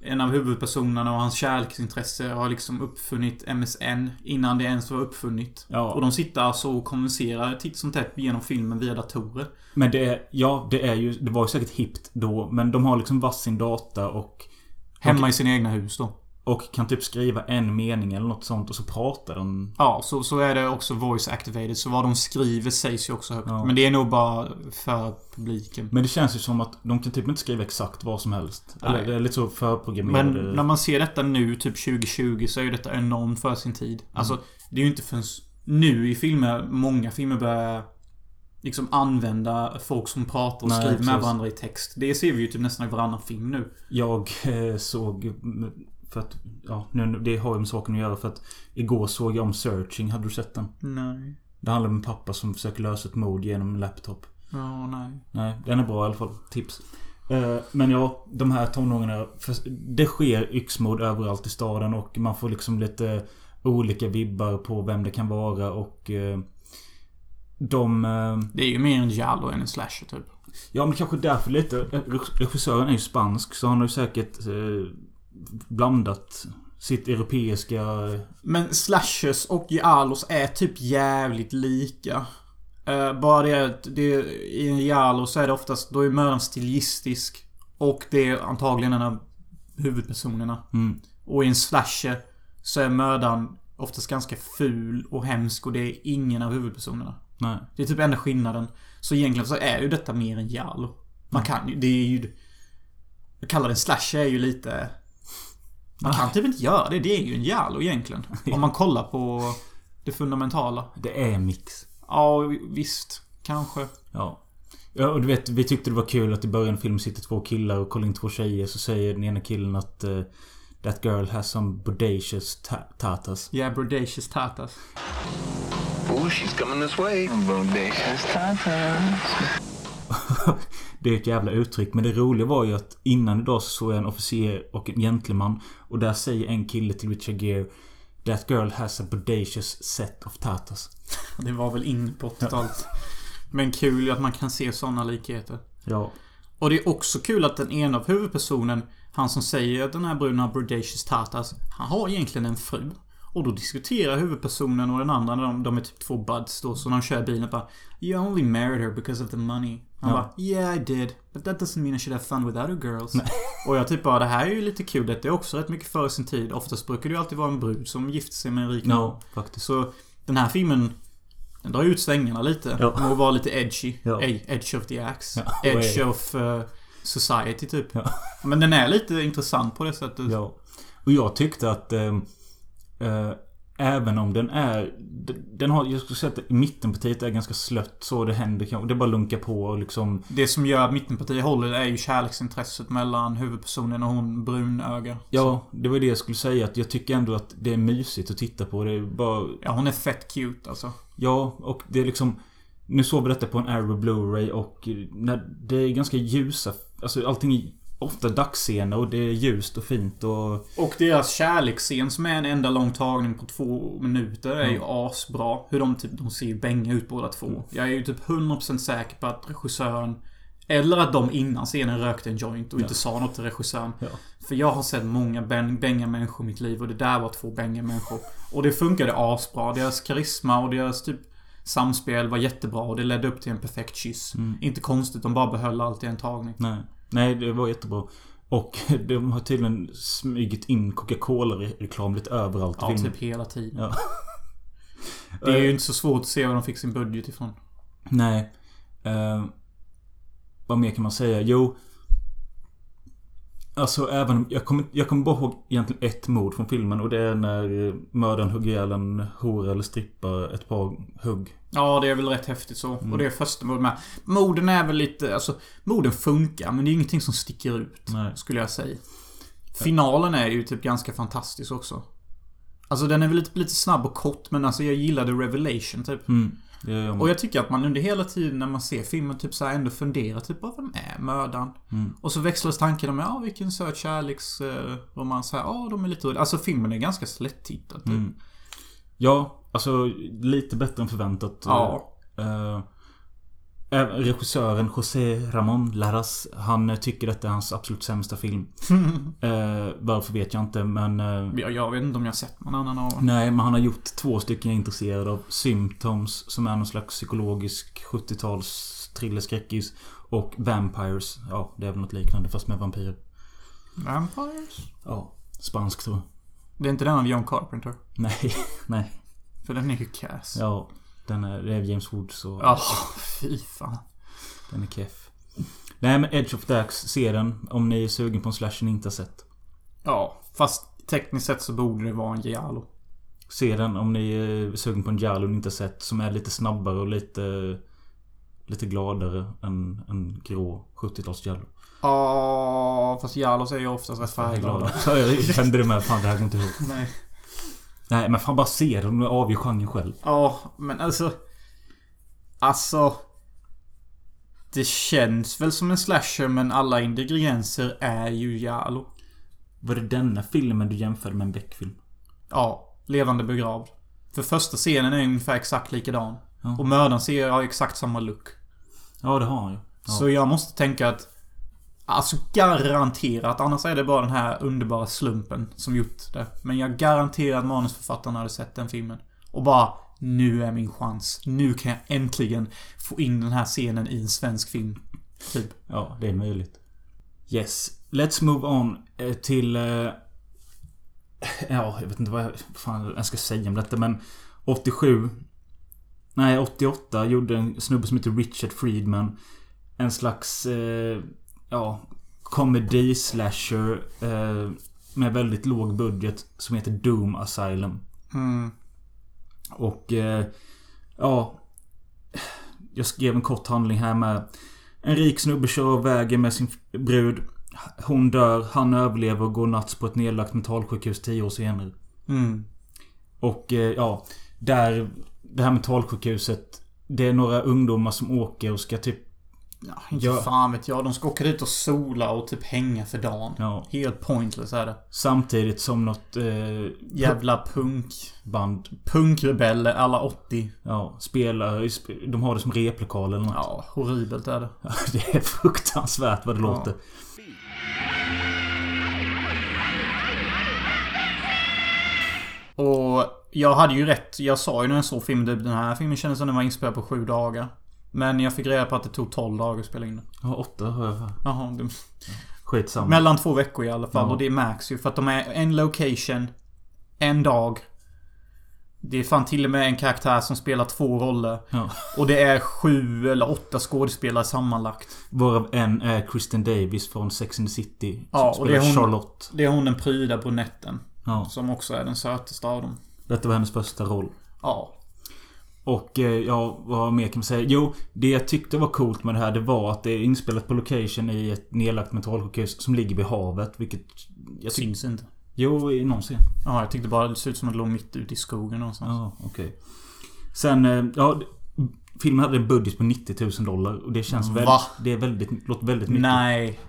En av huvudpersonerna och hans kärleksintresse har liksom uppfunnit MSN innan det ens var uppfunnit.
Ja.
Och de sitter alltså och kommunicerar titt som tätt genom filmen via datorer.
Men det är, ja, det är ju, det var ju säkert hippt då. Men de har liksom varsin data och,
Hemma i sina egna hus då.
och kan typ skriva en mening eller något sånt och så pratar de.
Ja, så, så är det också voice activated. Så vad de skriver sägs ju också högt.
Ja.
Men det är nog bara för publiken.
Men det känns ju som att de kan typ inte skriva exakt vad som helst. Eller
Nej.
det är lite så förprogrammerade.
Men när man ser detta nu, typ 2020, så är ju detta enormt för sin tid.
Mm.
Alltså, det är ju inte förrän nu i filmer, många filmer börjar liksom använda folk som pratar och
Nej,
skriver med
precis.
varandra i text. Det ser vi ju typ nästan i varannan film nu.
Jag eh, såg mm, För att, ja, nu, det har ju med saken att göra för att Igår såg jag om Searching, hade du sett den?
Nej.
Det handlar om en pappa som försöker lösa ett mord genom en laptop.
Ja, nej.
Nej, den är bra i alla fall. Tips. Eh, Men ja, de här tonåringarna. för- Det sker yxmord överallt i staden och man får liksom lite olika vibbar på vem det kan vara och... eh, De... eh,
Det är ju mer en giallo än en slasher typ.
Ja, men kanske därför lite. Regissören är ju spansk så han har ju säkert eh, blandat sitt europeiska...
Men slashers och giallos är typ jävligt lika. Eh, bara det att det, i en giallo så är det oftast, då är mördaren stilistisk. Och det är antagligen en av huvudpersonerna.
Mm.
Och i en slasher så är mördaren oftast ganska ful och hemsk och det är ingen av huvudpersonerna.
Nej.
Det är typ enda skillnaden. Så egentligen så är ju detta mer en giallo. Man kan ju, det är ju... Jag kallar det en slasher är ju lite... Man kan typ inte göra det. Det är ju en giallo egentligen. Om man kollar på det fundamentala.
Det är en mix.
Ja, visst. Kanske.
Ja. Ja, och du vet, vi tyckte det var kul att i början av filmen sitter två killar och kollar in två tjejer så säger den ena killen att eh, That girl has some bodacious ta- tatas.
Yeah, Brodacious Tatas.
Oh, she's coming this way.
det är ett jävla uttryck. Men det roliga var ju att innan idag så såg jag en officer och en gentleman. Och där säger en kille till Richard Gere That girl has a bodacious set of tatas.
Det var väl in på 80-talet. Men kul ju att man kan se såna likheter.
Ja.
Och det är också kul att den ena av huvudpersonen, han som säger att den här bruden har Brodacious Tatas, han har egentligen en fru. Och då diskuterar huvudpersonen och den andra, när de, de är typ två buds då, så när de kör bilen och bara You only married her because of the money. Han
Ja.
bara Yeah I did, but that doesn't mean I should have fun with other girls. Och jag typ bara det här är ju lite kul, det är också rätt mycket före sin tid. Oftast brukar det ju alltid vara en brud som gifter sig med en rik man.
No, faktiskt.
Så den här filmen den drar ju ut svängarna lite.
Ja.
Den må vara lite edgy.
Ja.
Ej, Edge of the axe.
Ja, och
Edge
är-
of eh, society typ.
Ja.
Men den är lite intressant på det sättet.
Ja. Och jag tyckte att... ehm, eh, även om den är... d- Den har... Jag skulle säga att mittenpartiet är ganska slött så det händer kanske. Det bara lunkar på och liksom...
Det som gör att mittenpartiet håller är ju kärleksintresset mellan huvudpersonen och hon brunöga.
Ja, det var det jag skulle säga. Att jag tycker ändå att det är mysigt att titta på. Det är bara...
Ja, hon är fett cute alltså.
Ja, och det är liksom... Nu såg vi detta på en Arrow Blu-ray och eh, när det är ganska ljusa... Alltså allting är ofta dagsscener och det är ljust och fint och...
Och deras kärleksscen som är en enda lång tagning på två minuter är ju asbra. Hur de typ, de ser ju bänga ut båda två. Jag är ju typ 100% säker på att regissören eller att de innan scenen rökte en joint och inte sa något till regissören.
Ja.
För jag har sett många bäng- bänga-människor i mitt liv och det där var två bänga-människor. Och det funkade asbra. Deras karisma och deras typ samspel var jättebra och det ledde upp till en perfekt kyss. Inte konstigt, de bara behöll allt i en tagning.
Nej. Nej, det var jättebra. Och de har tydligen smugit in Coca-Cola-reklam lite överallt i
Ja,
filmen.
typ hela tiden.
Ja. Eh.
Det är ju inte så svårt att se var de fick sin budget ifrån.
Nej. Eh, vad mer kan man säga? Jo. Alltså även om- jag kommer, jag kommer bara ihåg egentligen ett mord från filmen och det är när eh, mördaren hugger ihjäl en hora eller strippa ett par hugg.
Ja, det är väl rätt häftigt så. Och det är första morden med. Morden är väl lite, alltså, morden funkar men det är ingenting som sticker ut.
Nej.
Skulle jag säga. Finalen är ju typ ganska fantastisk också. Alltså den är väl lite, lite snabb och kort men alltså jag gillade Revelation typ.
Det gör jag.
Och jag tycker att man under hela tiden när man ser filmen typ så här ändå funderar typ bara vem är mördaren? Och så växlas tankarna med ja vilken söt kärleksromans här. Ja de är lite roliga. Alltså filmen är ganska slättittad typ.
Ja, alltså lite bättre än förväntat.
Ja.
Eh, eh, regissören José Ramon Larraz, han eh, tycker detta är hans absolut sämsta film. Eh, varför vet jag inte, men... eh,
Jag, jag vet inte om jag har sett någon annan av dem.
Nej, men han har gjort två stycken jag är intresserad av. Symptoms, som är någon slags psykologisk 70-tals thrillerskräckis. Och Vampires. Ja, det är väl något liknande fast med vampyrer.
Vampires?
Ja, spansk tror jag.
Det är inte den av John Carpenter.
Nej, nej.
För den är ju kass. Ja.
Ja, den är, det är James Wood så
fy fan.
den är keff. Nej men Edge of Dax, se den om ni är sugen på en slasher ni inte har sett.
Ja, fast tekniskt sett så borde det vara en giallo.
Se den om ni är sugen på en Jarlo ni inte har sett som är lite snabbare och lite... Lite gladare än en grå 70-tals Jarlo.
Ja, fast Jarlos är ju oftast rätt
Jag är glad.
färgglada.
Så jag kände det med. Fan, det här går inte ihop.
Nej.
Nej, men fan bara se den. och avgör genren själv.
Ja, men alltså... Alltså... Det känns väl som en slasher men alla ingredienser är ju Jalo.
Var det denna filmen du jämförde med en Beck-film?
Ja, levande begravd. För första scenen är ungefär exakt likadan.
Ja.
Och mördaren ser har exakt samma look.
Ja, det har han ju. Ja.
Så jag måste tänka att... Alltså garanterat, annars är det bara den här underbara slumpen som gjort det. Men jag garanterar att manusförfattaren hade sett den filmen. Och bara, nu är min chans. Nu kan jag äntligen få in den här scenen i en svensk film. Typ.
Ja, det är möjligt. Yes. Let's move on eh, till... eh, Ja, jag vet inte vad jag, fan jag ska säga om detta men... 87... Nej, 88 gjorde en snubbe som heter Richard Friedman en slags... Eh, ja... Comedy slasher eh, med väldigt låg budget som heter Doom Asylum.
Mm.
Och eh, ja... Jag skrev en kort handling här med. En rik snubbe kör vägen med sin brud. Hon dör, han överlever och går natts på ett nedlagt mentalsjukhus tio år senare.
Mm.
Och eh, ja, där... Det här mentalsjukhuset. Det är några ungdomar som åker och ska typ...
Ja, inte
Ja.
fan vet jag. De ska åka dit och sola och typ hänga för dagen.
Ja,
Helt pointless är det.
samtidigt som något eh,
Jävla punk.
band
Punkrebeller alla 80.
ja, spelar... i sp- De har det som replokal eller något.
Ja, horribelt är det.
Det är fruktansvärt vad det låter.
Och jag hade ju rätt. Jag sa ju när jag såg filmen typ den här filmen kändes som den var inspelad på sju dagar. Men jag fick reda på att det tog 12 dagar att spela in den.
Ja, åtta har jag för-
Jaha, det,
Skitsamma.
Mellan två veckor i alla fall.
Ja.
Och det märks ju för att de är en location, en dag. Det är fan till och med en karaktär som spelar två roller.
Ja.
Och det är sju eller åtta skådespelare sammanlagt.
Varav en är Kristen Davis från Sex and the City. Som
Ja, och
spelar
det är hon-
Charlotte.
Det är hon den pryda brunetten.
Ja,
Som också är den sötaste av dem.
detta var hennes första roll.
Ja.
Och eh, ja, vad mer kan man säga? Jo, det jag tyckte var coolt med det här det var att det är inspelat på location i ett nedlagt mentalsjukhus som ligger vid havet. Vilket... Jag tyck...
Syns inte.
Jo, i någon scen.
Ja, jag tyckte bara det såg ut som att det låg mitt ute i skogen någonstans.
Ja, okej. Sen, eh, ja... d- Filmen hade en budget på 90 000 dollar och det känns väldigt...
Va?
Det är väldigt, låter väldigt mycket.
Nej.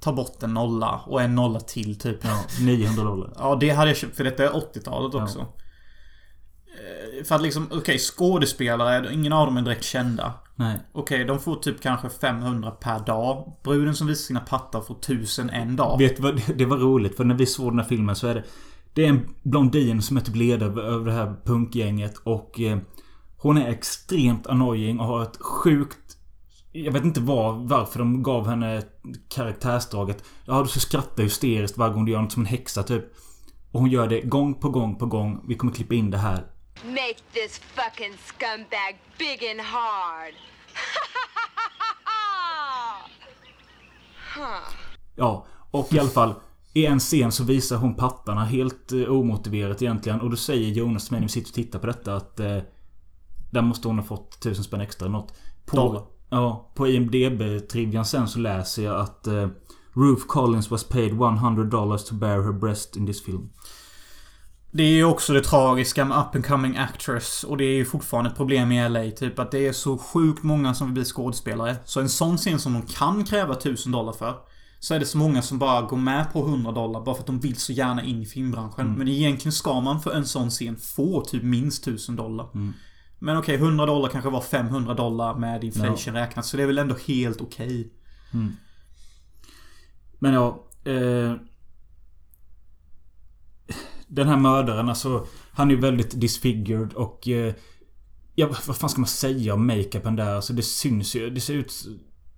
Ta bort en nolla och en nolla till typ. Ja,
900 dollar.
det hade jag köpt för detta är 80-talet
Ja.
också. Eh, För att liksom, okej skådespelare, ingen av dem är direkt kända.
Nej.
Okej, de får typ kanske 500 per dag. Bruden som visar sina pattar får 1000 en dag.
Vet du vad? Det var roligt för när vi såg den här filmen så är det... Det är en blondin som är typ ledare över det här punkgänget och... Eh, hon är extremt annoying och har ett sjukt... Jag vet inte var, varför de gav henne karaktärsdraget. Ja, du ska skratta hysteriskt varje gång du gör något som en häxa typ. Och hon gör det gång på gång på gång. Vi kommer klippa in det här.
Make this fucking scumbag big and hard.
Ja, och i alla fall. I en scen så visar hon pattarna helt eh, omotiverat egentligen. Och då säger Jonas till mig när vi sitter och tittar på detta att... Eh, där måste hon ha fått tusen spänn extra eller något. På,
Dollar.
Ja, på IMDB-trivian sen så läser jag att... Eh, Ruth Collins was paid 100 dollars to bear her breast in this film.
Det är ju också det tragiska med up and coming actress och det är ju fortfarande ett problem i LA typ att det är så sjukt många som vill bli skådespelare. Så en sån scen som de kan kräva 1000 dollar för så är det så många som bara går med på 100 dollar bara för att de vill så gärna in i filmbranschen. Men egentligen ska man för en sån scen få typ minst 1000 dollar. Men okej, 100 dollar kanske var 500 dollar med inflation räknat så det är väl ändå helt okej.
Men ja... Eh, den här mördaren, alltså. Han är ju väldigt disfigured och... Eh, ja, vad vad fan ska man säga om makeupen där? Alltså det syns ju. Det ser ut...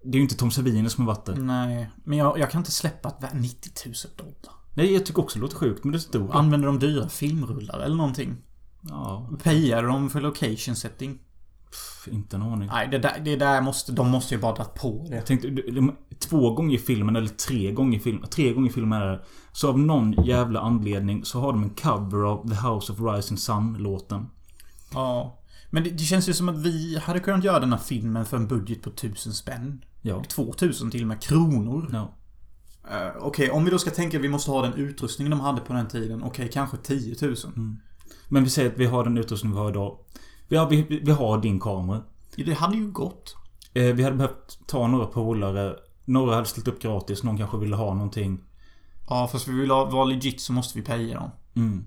Det är ju inte Tom Savini som har varit där.
Nej, men jag, jag kan inte släppa att vä- 90 000 dollar.
Nej, jag tycker också det låter sjukt, men det stod...
Använder de dyra filmrullar eller någonting?
Ja,
Pejar de för location setting?
pff, inte en aning.
Nej, det där, det där måste... De måste ju bara dra på det.
Jag tänkte, de- de- två gånger i filmen, eller tre gånger i filmen, tre gånger i filmen är det. Så av någon jävla anledning så har de en cover av The House of Rising Sun-låten.
Ja. Men det, det känns ju som att vi hade kunnat göra den här filmen för en budget på tusen spänn.
Ja.
2000 till och med kronor.
Ja.
Eh, Okej, om vi då ska tänka att vi måste ha den utrustning de hade på den tiden. Okej, kanske 10 000.
Men vi säger att vi har den utrustning vi har idag. Vi har, vi, vi har din kamera.
Det hade ju gått.
Eh, vi hade behövt ta några polare. Några hade ställt upp gratis. Någon kanske ville ha någonting.
Ja, fast vi vill ha, vara legit så måste vi paya dem.
Mm.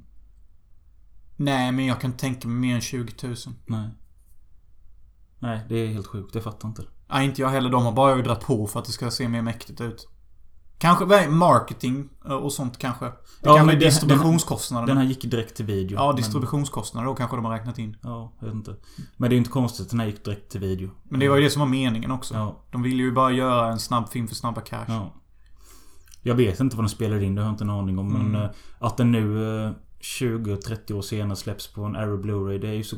Nej, men jag kan inte tänka mig mer än 20 000.
Nej. Nej, det är helt sjukt. Jag fattar inte.
Nej, inte jag heller. De har bara dragit på för att det ska se mer mäktigt ut. Kanske vad är marketing eh, och sånt kanske. Det
Ja,
kanske
men
är
det-
distributionskostnaderna.
Den här gick direkt till video.
ja, distributionskostnader då kanske de har räknat in.
Men, ja, jag vet inte. Men det är ju inte konstigt. Den här gick direkt till video.
Men det var ju det som var meningen också.
Mm. Ja.
De ville ju bara göra en snabb film för snabba cash.
Ja. Jag vet inte vad den spelade in. Det har jag inte en aning om.
Mm.
Men eh, att den nu eh, 20-30 år senare släpps på en Arrow Blu-ray. Det är ju så...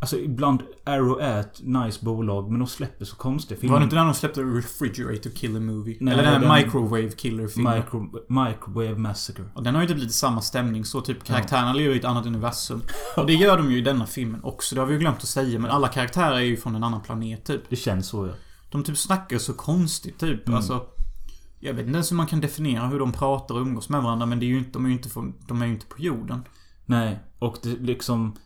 Alltså ibland... Arrow är ett nice bolag. Men de släpper så konstiga filmer.
Var det inte där de släppte Refrigerator Killer Movie?
Nej,
Eller den
den-
här Microwave Killer filmen.
Micro, Microwave Massacre.
och den har ju typ lite samma stämning så. Typ karaktärerna lever i ett annat universum. Och det gör de ju i denna filmen också. Det har vi ju glömt att säga. Men alla karaktärer är ju från en annan planet typ.
Det känns så ja.
De typ snackar så konstigt typ. Alltså, jag vet inte ens hur man kan definiera hur de pratar och umgås med varandra. Men det är ju inte, de, är ju inte från, de är ju inte på jorden.
Nej, och det liksom...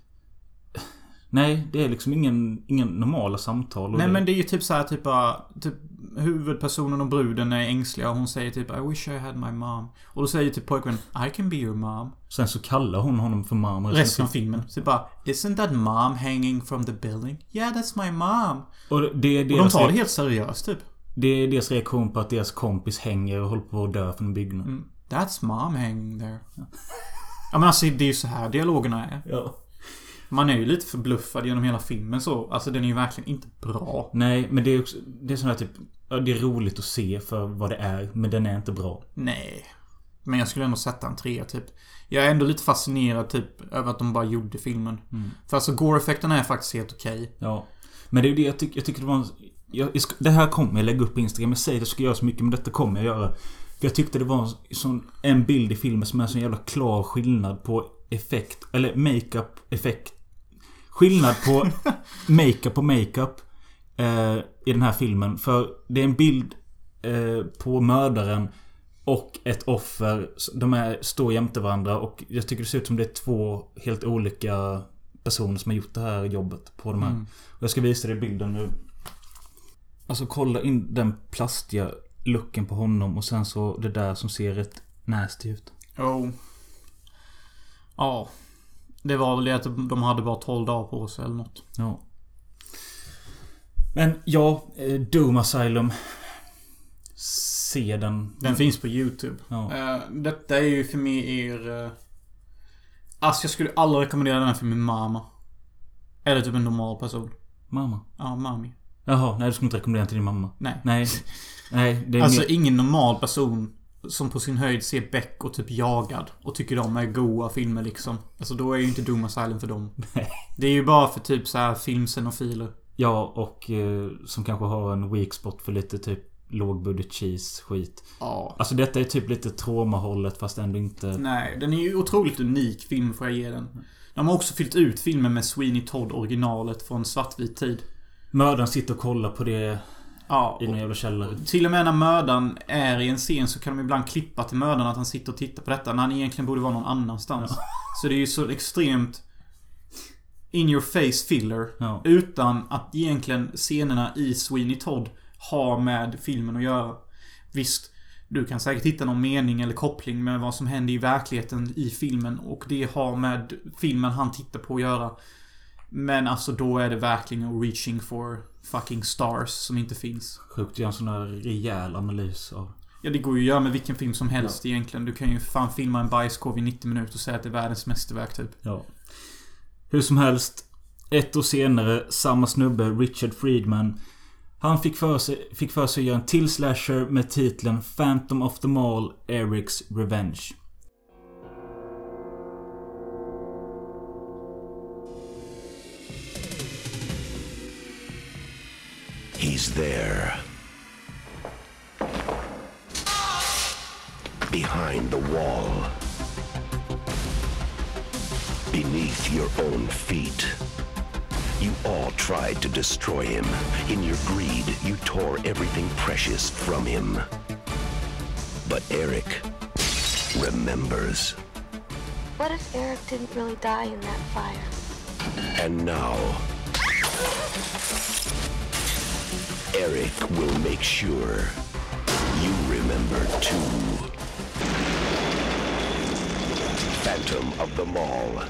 Nej, det är liksom ingen, ingen normala samtal. och
Nej
det-
men det är ju typ så här typ, bara- typ Huvudpersonen och bruden är ängsliga och hon säger typ I wish I had my mom. Och då säger typ pojkvännen I can be your mom.
Sen så kallar hon honom för mamma.
Resten av filmen. Så bara Isn't that mom hanging from the building? Yeah that's my mom.
Och det, det, är
Och de
deras,
tar det helt seriöst typ.
det är deras reaktion på att deras kompis hänger och håller på att dö från en byggnad.
Mm. That's mom hanging there. Ja men alltså det är ju så här dialogerna är.
Ja.
Man är ju lite förbluffad genom hela filmen så. Alltså den är ju verkligen inte bra.
Nej, men det är också... Det är sån här typ... Ja, det är roligt att se för vad det är, men den är inte bra.
Nej. Men jag skulle ändå sätta en trea typ. Jag är ändå lite fascinerad typ över att de bara gjorde filmen.
Mm.
För alltså gore-effekterna är faktiskt helt okej.
Ja. Men det är ju det jag, tycker jag tycker det var en, jag, jag ska, Det här kommer jag lägga upp på Instagram. Jag säger det ska göras mycket men detta kommer jag göra. För jag tyckte det var en, sån, en bild i filmen som är en sån jävla klar skillnad på effekt. Eller makeup effekt. Skillnad på makeup och makeup. Eh, I den här filmen. För det är en bild eh, på mördaren. Och ett offer. De är, står jämte varandra och jag tycker det ser ut som det är två helt olika personer som har gjort det här jobbet på de här. Och jag ska visa dig bilden nu. Alltså kolla in den plastiga looken på honom och sen så det där som ser rätt nasty ut.
Oh. Ja. Det var väl det att de hade bara 12 dagar på sig eller något.
Ja. Men ja, eh, Doom Asylum. Se den.
Den finns på YouTube.
Mm. Ja.
Eh, detta är ju för mig er... eh, Alltså jag skulle aldrig rekommendera den här för min mamma. Eller typ en normal person.
Mamma.
Ja, mami.
Jaha, nej du skulle inte rekommendera den till din mamma.
Nej.
Nej. Nej, det är
Alltså
mer...
ingen normal person som på sin höjd ser Beck och typ jagad och tycker de är goa filmer liksom. Alltså då är ju inte Doom Asylum för dem. Det är ju bara för typ så här filmsenofiler.
Ja, och eh, som kanske har en weak spot för lite typ lågbudget cheese skit.
Ja.
Alltså detta är typ lite traumahållet fast ändå inte...
Nej, den är ju otroligt unik film får jag ge den. De har också fyllt ut filmen med Sweeney Todd originalet från svartvit tid.
Mördaren sitter och kollar på det
Ja,
i
och
någon jävla källare.
till och med när mördaren är i en scen så kan de ibland klippa till mördaren att han sitter och tittar på detta när han egentligen borde vara någon annanstans. Så det är ju så extremt in your face filler.
Ja.
Utan att egentligen scenerna i Sweeney Todd har med filmen att göra. Visst, du kan säkert hitta någon mening eller koppling med vad som händer i verkligheten i filmen och det har med filmen han tittar på att göra. Men alltså då är det verkligen reaching for fucking stars som inte finns.
Sjukt att göra en sån här rejäl analys av...
Ja, det går ju att göra med vilken film som helst egentligen. Du kan ju fan filma en bajskorv i 90 minuter och säga att det är världens mästerverk typ.
Ja. Hur som helst. Ett år senare, samma snubbe, Richard Friedman. Han fick för sig, fick för sig att göra en till slasher med titeln Phantom of the Mall, Erics Revenge.
He's there. Behind the wall. Beneath your own feet. You all tried to destroy him. In your greed, you tore everything precious from him. But Eric remembers.
What if Eric didn't really die in that fire?
And now, Eric will make sure you remember too. Phantom of the Mall,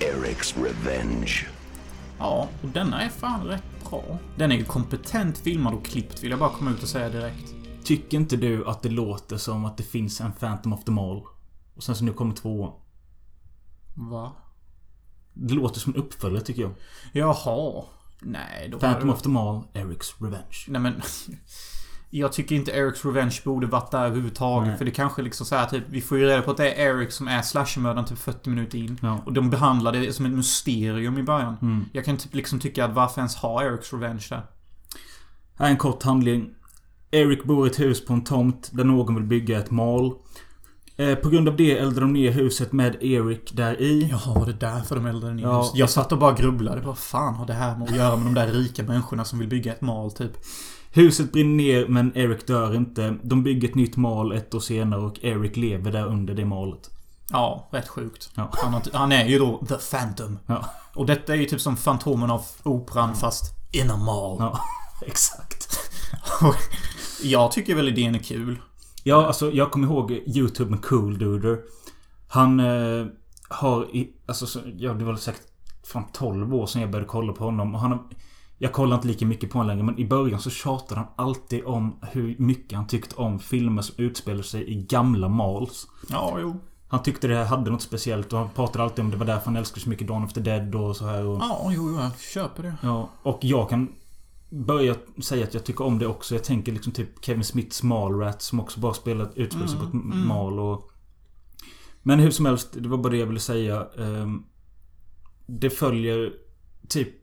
Eric's Revenge.
Ja, och denna är fan rätt bra. Den är ju kompetent filmad och klippt vill jag bara komma ut och säga direkt.
Tycker inte du att det låter som att det finns en Phantom of the Mall? Och sen så nu kommer tvåan.
Va?
Det låter som en uppföljare tycker jag.
Jaha. Nej, då...
Phantom of the Mall, Erics Revenge.
Nej men... Jag tycker inte Erics Revenge borde varit där överhuvudtaget. För det kanske liksom så här, typ, vi får ju reda på att det är Eric som är slashermördaren typ 40 minuter in.
Ja.
Och de behandlar det som ett mysterium i början. Jag kan typ liksom tycka att varför ens ha Erics Revenge där?
Här är en kort handling. Eric bor i ett hus på en tomt där någon vill bygga ett mall. Eh, på grund av det eldar de ner huset med Eric där i.
Jaha, var det därför de eldade ner
Ja.
ja. Jag satt och bara grubblade. Vad fan har det här med att göra med de där rika människorna som vill bygga ett mal typ?
Huset brinner ner men Eric dör inte. De bygger ett nytt mal ett år senare och Eric lever där under det malet.
Ja, rätt sjukt.
Ja.
Han, har, han är ju då The Phantom.
Ja.
Och detta är ju typ som Fantomen av Operan fast in a mall.
Ja, exakt.
jag tycker väl idén är kul.
Ja, alltså jag kommer ihåg YouTube med Cool Duder. Han eh, har... I, alltså, så, ja, det var väl säkert fan 12 år sedan jag började kolla på honom. Och han har, jag kollar inte lika mycket på honom längre, men i början så tjatade han alltid om hur mycket han tyckte om filmer som utspelar sig i gamla malls.
Ja, jo.
Han tyckte det hade något speciellt och han pratade alltid om det var därför han älskade så mycket Dawn of the Dead och så här. Och,
Ja, jo, jo, jag köper det.
ja, och jag kan börja säga att jag tycker om det också. Jag tänker liksom typ Kevin Smiths Mallrat som också bara spelat utspelar
Mm,
sig på ett mal och... Men hur som helst, det var bara det jag ville säga. Ehm, Det följer typ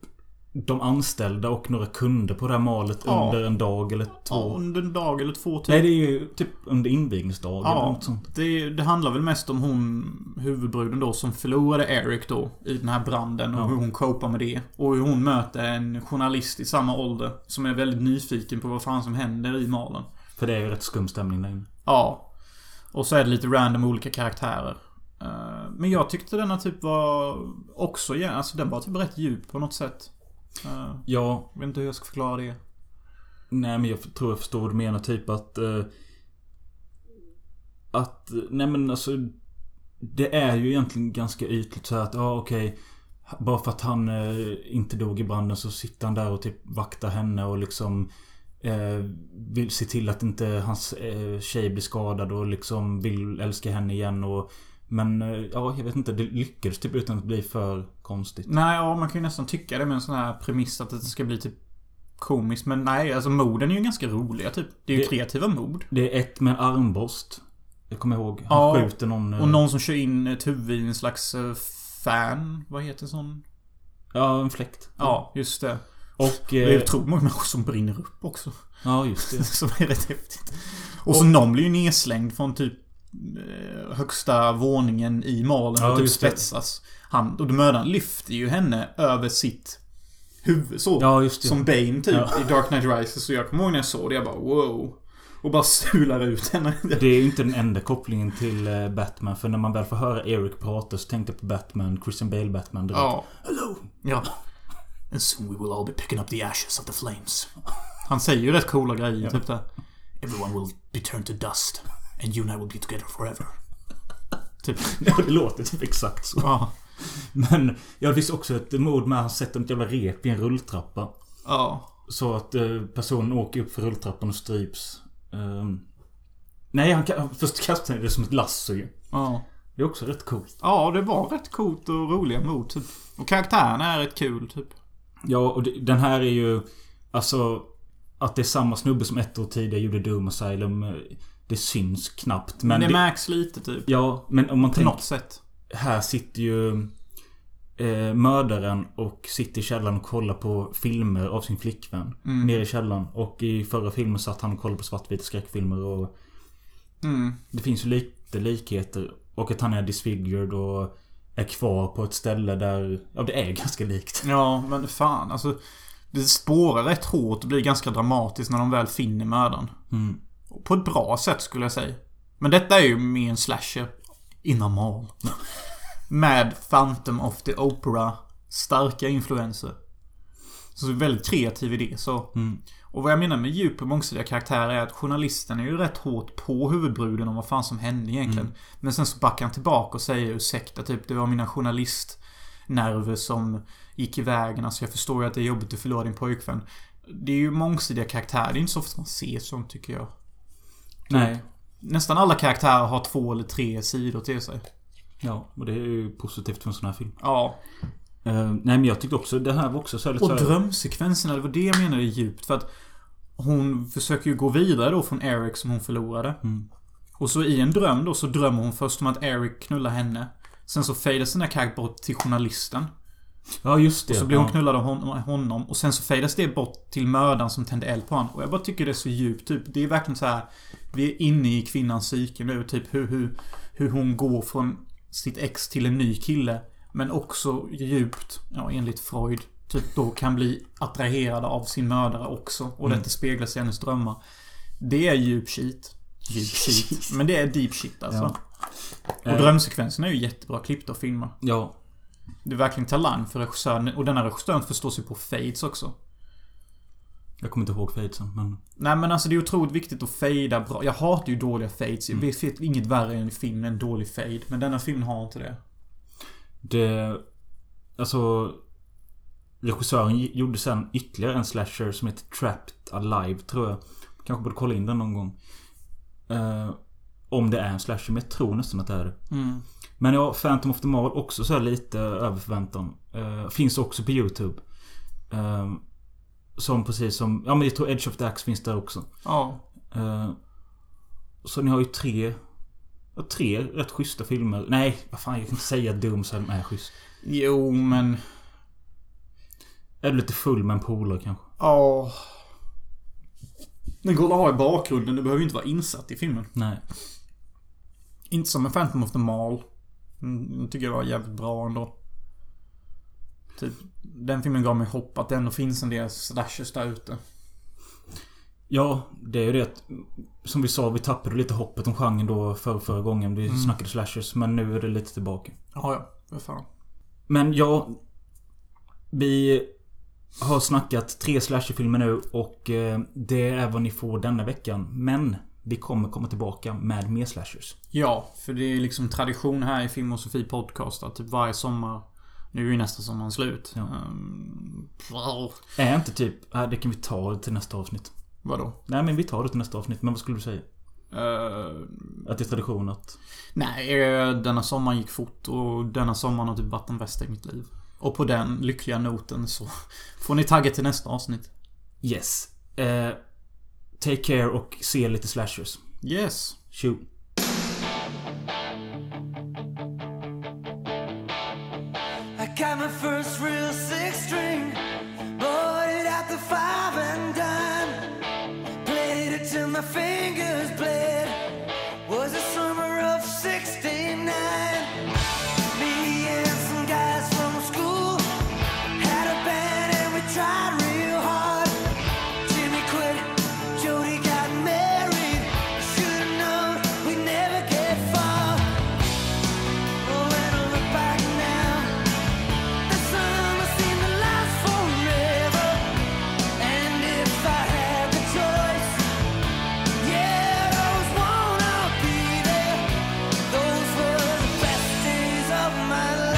de anställda och några kunder på det här malet
Ja.
under en dag eller två.
Ja, under en dag eller två typ.
Nej, det är ju typ under invigningsdagen eller
Ja,
något sånt.
det, det handlar väl mest om hon, huvudbruden då, som förlorade Eric då i den här branden och hur hon copar med det. Och hur hon möter en journalist i samma ålder som är väldigt nyfiken på vad fan som händer i malen.
För det är ju rätt skum stämning där inne.
Ja. Och så är det lite random olika karaktärer. Eh, Men jag tyckte denna typ var också, ja, alltså den var typ rätt djup på något sätt. Eh,
Ja,
Jag vet inte hur jag ska förklara det.
Nej men jag f- tror jag förstår vad du menar. Typ att... Eh, att, eh, nej men alltså... Det är ju egentligen ganska ytligt så här att, ja ah, okej. h- bara för att han eh, inte dog i branden så sitter han där och typ vaktar henne och liksom... Eh, vill se till att inte hans eh, tjej blir skadad och liksom vill älska henne igen och... Men eh, ja, jag vet inte. Det lyckades typ utan att bli för konstigt.
Nej, ja, man kan ju nästan tycka det med en sån här premiss att det ska bli typ komiskt. Men nej, alltså morden är ju ganska roliga typ. Det är ju
Det-
kreativa mord.
Det är ett med en armborst. Jag kommer ihåg. Han
Ja,
skjuter någon... eh,
Och någon som kör in ett huvud i en slags eh, fan. Vad heter sån?
Ja, en fläkt.
Ja, just det.
Och...
Det är ju
Eh,
otroligt många människor som brinner upp också.
ja, just det.
Som är rätt häftigt. Och så någon blir ju nedslängd från typ eh, högsta våningen i malen
Ja,
och typ
just det.
spetsas. Han, och mördaren lyfter ju henne över sitt huvud så.
Ja, just det.
Som Bane typ
Ja.
i Dark Knight Rises. Så jag kommer ihåg när jag såg det, jag bara wow. Och bara sular ut henne.
Det är ju inte den enda kopplingen till eh, Batman. För när man väl får höra Eric prata så tänkte jag på Batman, Christian Bale Batman direkt.
Ja. Hello! Ja. And soon we will all be picking up the ashes of the flames. Han säger ju rätt coola grejer, typ där. Everyone will be turned to dust. And you and I will be together forever. typ.
Ja, det låter typ exakt så.
Ja.
Men ja, det finns också ett mord med att han sätter ett jävla rep i en rulltrappa.
Ja.
Så att eh, personen åker upp för rulltrappan och stryps. Ehm, nej, han kan, först kastar han det som ett lasso ju.
Ja.
Det är också rätt coolt.
Ja, det var rätt coolt och roliga mot typ. Och karaktärerna är rätt kul, typ.
Ja, och det- den här är ju... Alltså... Att det är samma snubbe som ett år tidigare gjorde Doom Asylum. eh, Det syns knappt. Men
Men det,
det,
märks lite, typ.
Ja, men om man
På
tänker...
något sätt.
Här sitter ju eh, mördaren och sitter i källaren och kollar på filmer av sin flickvän.
Mm.
Nere i källaren. Och i förra filmen satt han och kollade på svartvita skräckfilmer och...
Mm.
Det finns ju lite likheter. Och att han är disfigured och är kvar på ett ställe där... Ja, det är ganska likt.
Ja, men fan alltså. Det spårar rätt hårt och blir ganska dramatiskt när de väl finner mördaren. Och På ett bra sätt skulle jag säga. Men detta är ju mer en slasher. In a mall. Med Phantom of the Opera. Starka influenser. Så det är väldigt kreativ idé så. Och vad jag menar med djup och mångsidiga karaktärer är att journalisten är ju rätt hårt på huvudbruden om vad fan som hände egentligen. Men sen så backar han tillbaka och säger ursäkta typ det var mina journalistnerver som gick iväg. Alltså jag förstår ju att det är jobbigt att förlora din pojkvän. Det är ju mångsidiga karaktärer. Det är inte så ofta man ser sånt tycker jag.
Nej.
Nästan alla karaktärer har två eller tre sidor till sig.
Ja, och det är ju positivt för en sån här film.
Ja.
Eh, nej, men jag tyckte också... Det här var också så här lite
Och
så här,
drömsekvenserna, det var det jag menade är djupt. För att hon försöker ju gå vidare då från Eric som hon förlorade.
Mm.
Och så i en dröm då så drömmer hon först om att Eric knullar henne. Sen så fadear sina karaktär bort till journalisten.
Ja, just det.
Och så blir hon
ja.
knullad av hon- honom. Och sen så fadeas det bort till mördaren som tände eld på honom. Och jag bara tycker det är så djupt. Typ, det är verkligen så här. Vi är inne i kvinnans psyke nu. Typ hur, hur, hur hon går från sitt ex till en ny kille. Men också djupt, ja, enligt Freud, typ då kan bli attraherad av sin mördare också. Och detta speglas i hennes drömmar. Det är djup shit. Djup shit. Men det är deep shit alltså. Och drömsekvenserna är ju jättebra klippta och filma.
Ja.
Det är verkligen talang för regissören. Och denna regissören förstår sig på fades också.
Jag kommer inte ihåg fadesen, men...
Nej men alltså det är otroligt viktigt att fejda bra. Jag hatar ju dåliga fades. Det finns inget värre i en film än en dålig fade. Men denna film har inte det.
Det... Alltså... Regissören gi- gjorde sen ytterligare en slasher som heter Trapped Alive, tror jag. Kanske borde kolla in den någon gång. Eh, om det är en slasher, men jag tror nästan att det är det. Men ja, Phantom of the Mall också så här lite över förväntan. Eh, finns också på YouTube. Eh, som precis som... Ja men jag tror Edge of the Axe finns där också.
Ja.
Eh, Så ni har ju tre... ja, Tre rätt schyssta filmer. Nej, vad fan jag kan inte säga att Doom sen är schysst.
Jo men...
Är du lite full med en polare kanske?
Ja. Den går att ha i bakgrunden. Du behöver ju inte vara insatt i filmen.
Nej.
Inte som en Phantom of the Mall. Mm, Den tycker jag var jävligt bra ändå. Typ, den filmen gav mig hopp att det ändå finns en del slashers där ute.
Ja, det är ju det att... Som vi sa, vi tappade lite hoppet om genren då för, förra gången. Vi snackade slashers, men nu är det lite tillbaka.
Ja, ja. För fan.
Men ja... Vi har snackat tre slasherfilmer nu och eh, det är vad ni får denna veckan. Men vi kommer komma tillbaka med mer slashers.
Ja, för det är liksom tradition här i Film och Sofie Podcast att typ varje sommar Nu är ju nästa sommaren slut. Ehm, wow.
Är inte typ... Äh, det kan vi ta till nästa avsnitt.
vadå?
Nej men vi tar det till nästa avsnitt. Men vad skulle du säga?
Eh,
Att det är tradition att...
nej, eh, denna sommaren gick fort och denna sommaren har typ varit den bästa i mitt liv. Och på den lyckliga noten så får ni tagga till nästa avsnitt.
Yes. Eh, take care och se lite slashers.
Yes.
Tjo.
I got my first real six string, bought it at the five and dime. Played it till my fingers bled. Was the summer of '69. Me and some guys from school had a band and we tried real hard. Jimmy quit, Jody got married. Should've known we'd never get far. Oh, when I look back now. The summer seemed to last forever, and if I had the choice, yeah, I was Oh, Oh, Oh.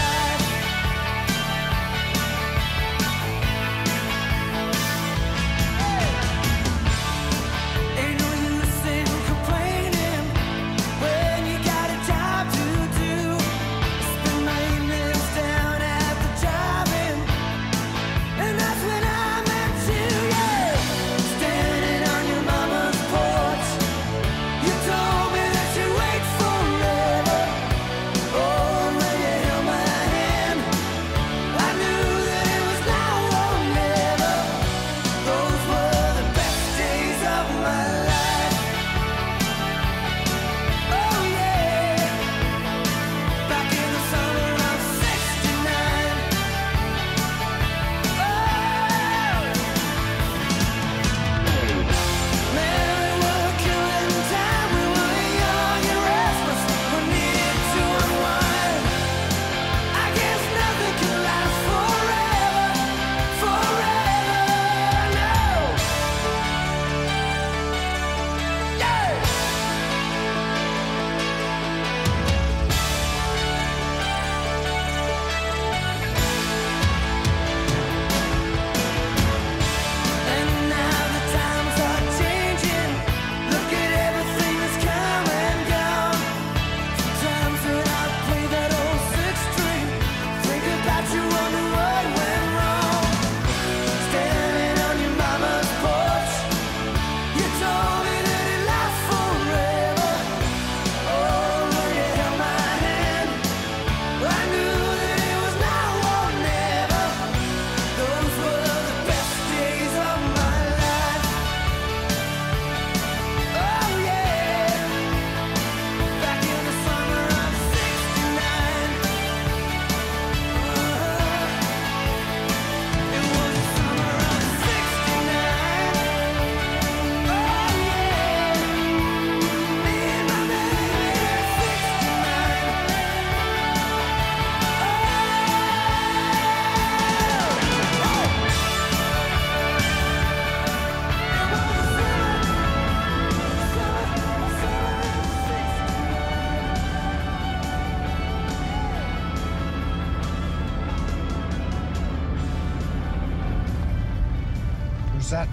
Who's that?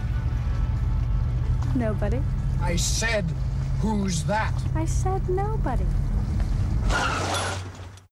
Nobody.
I said, who's that?
I said nobody.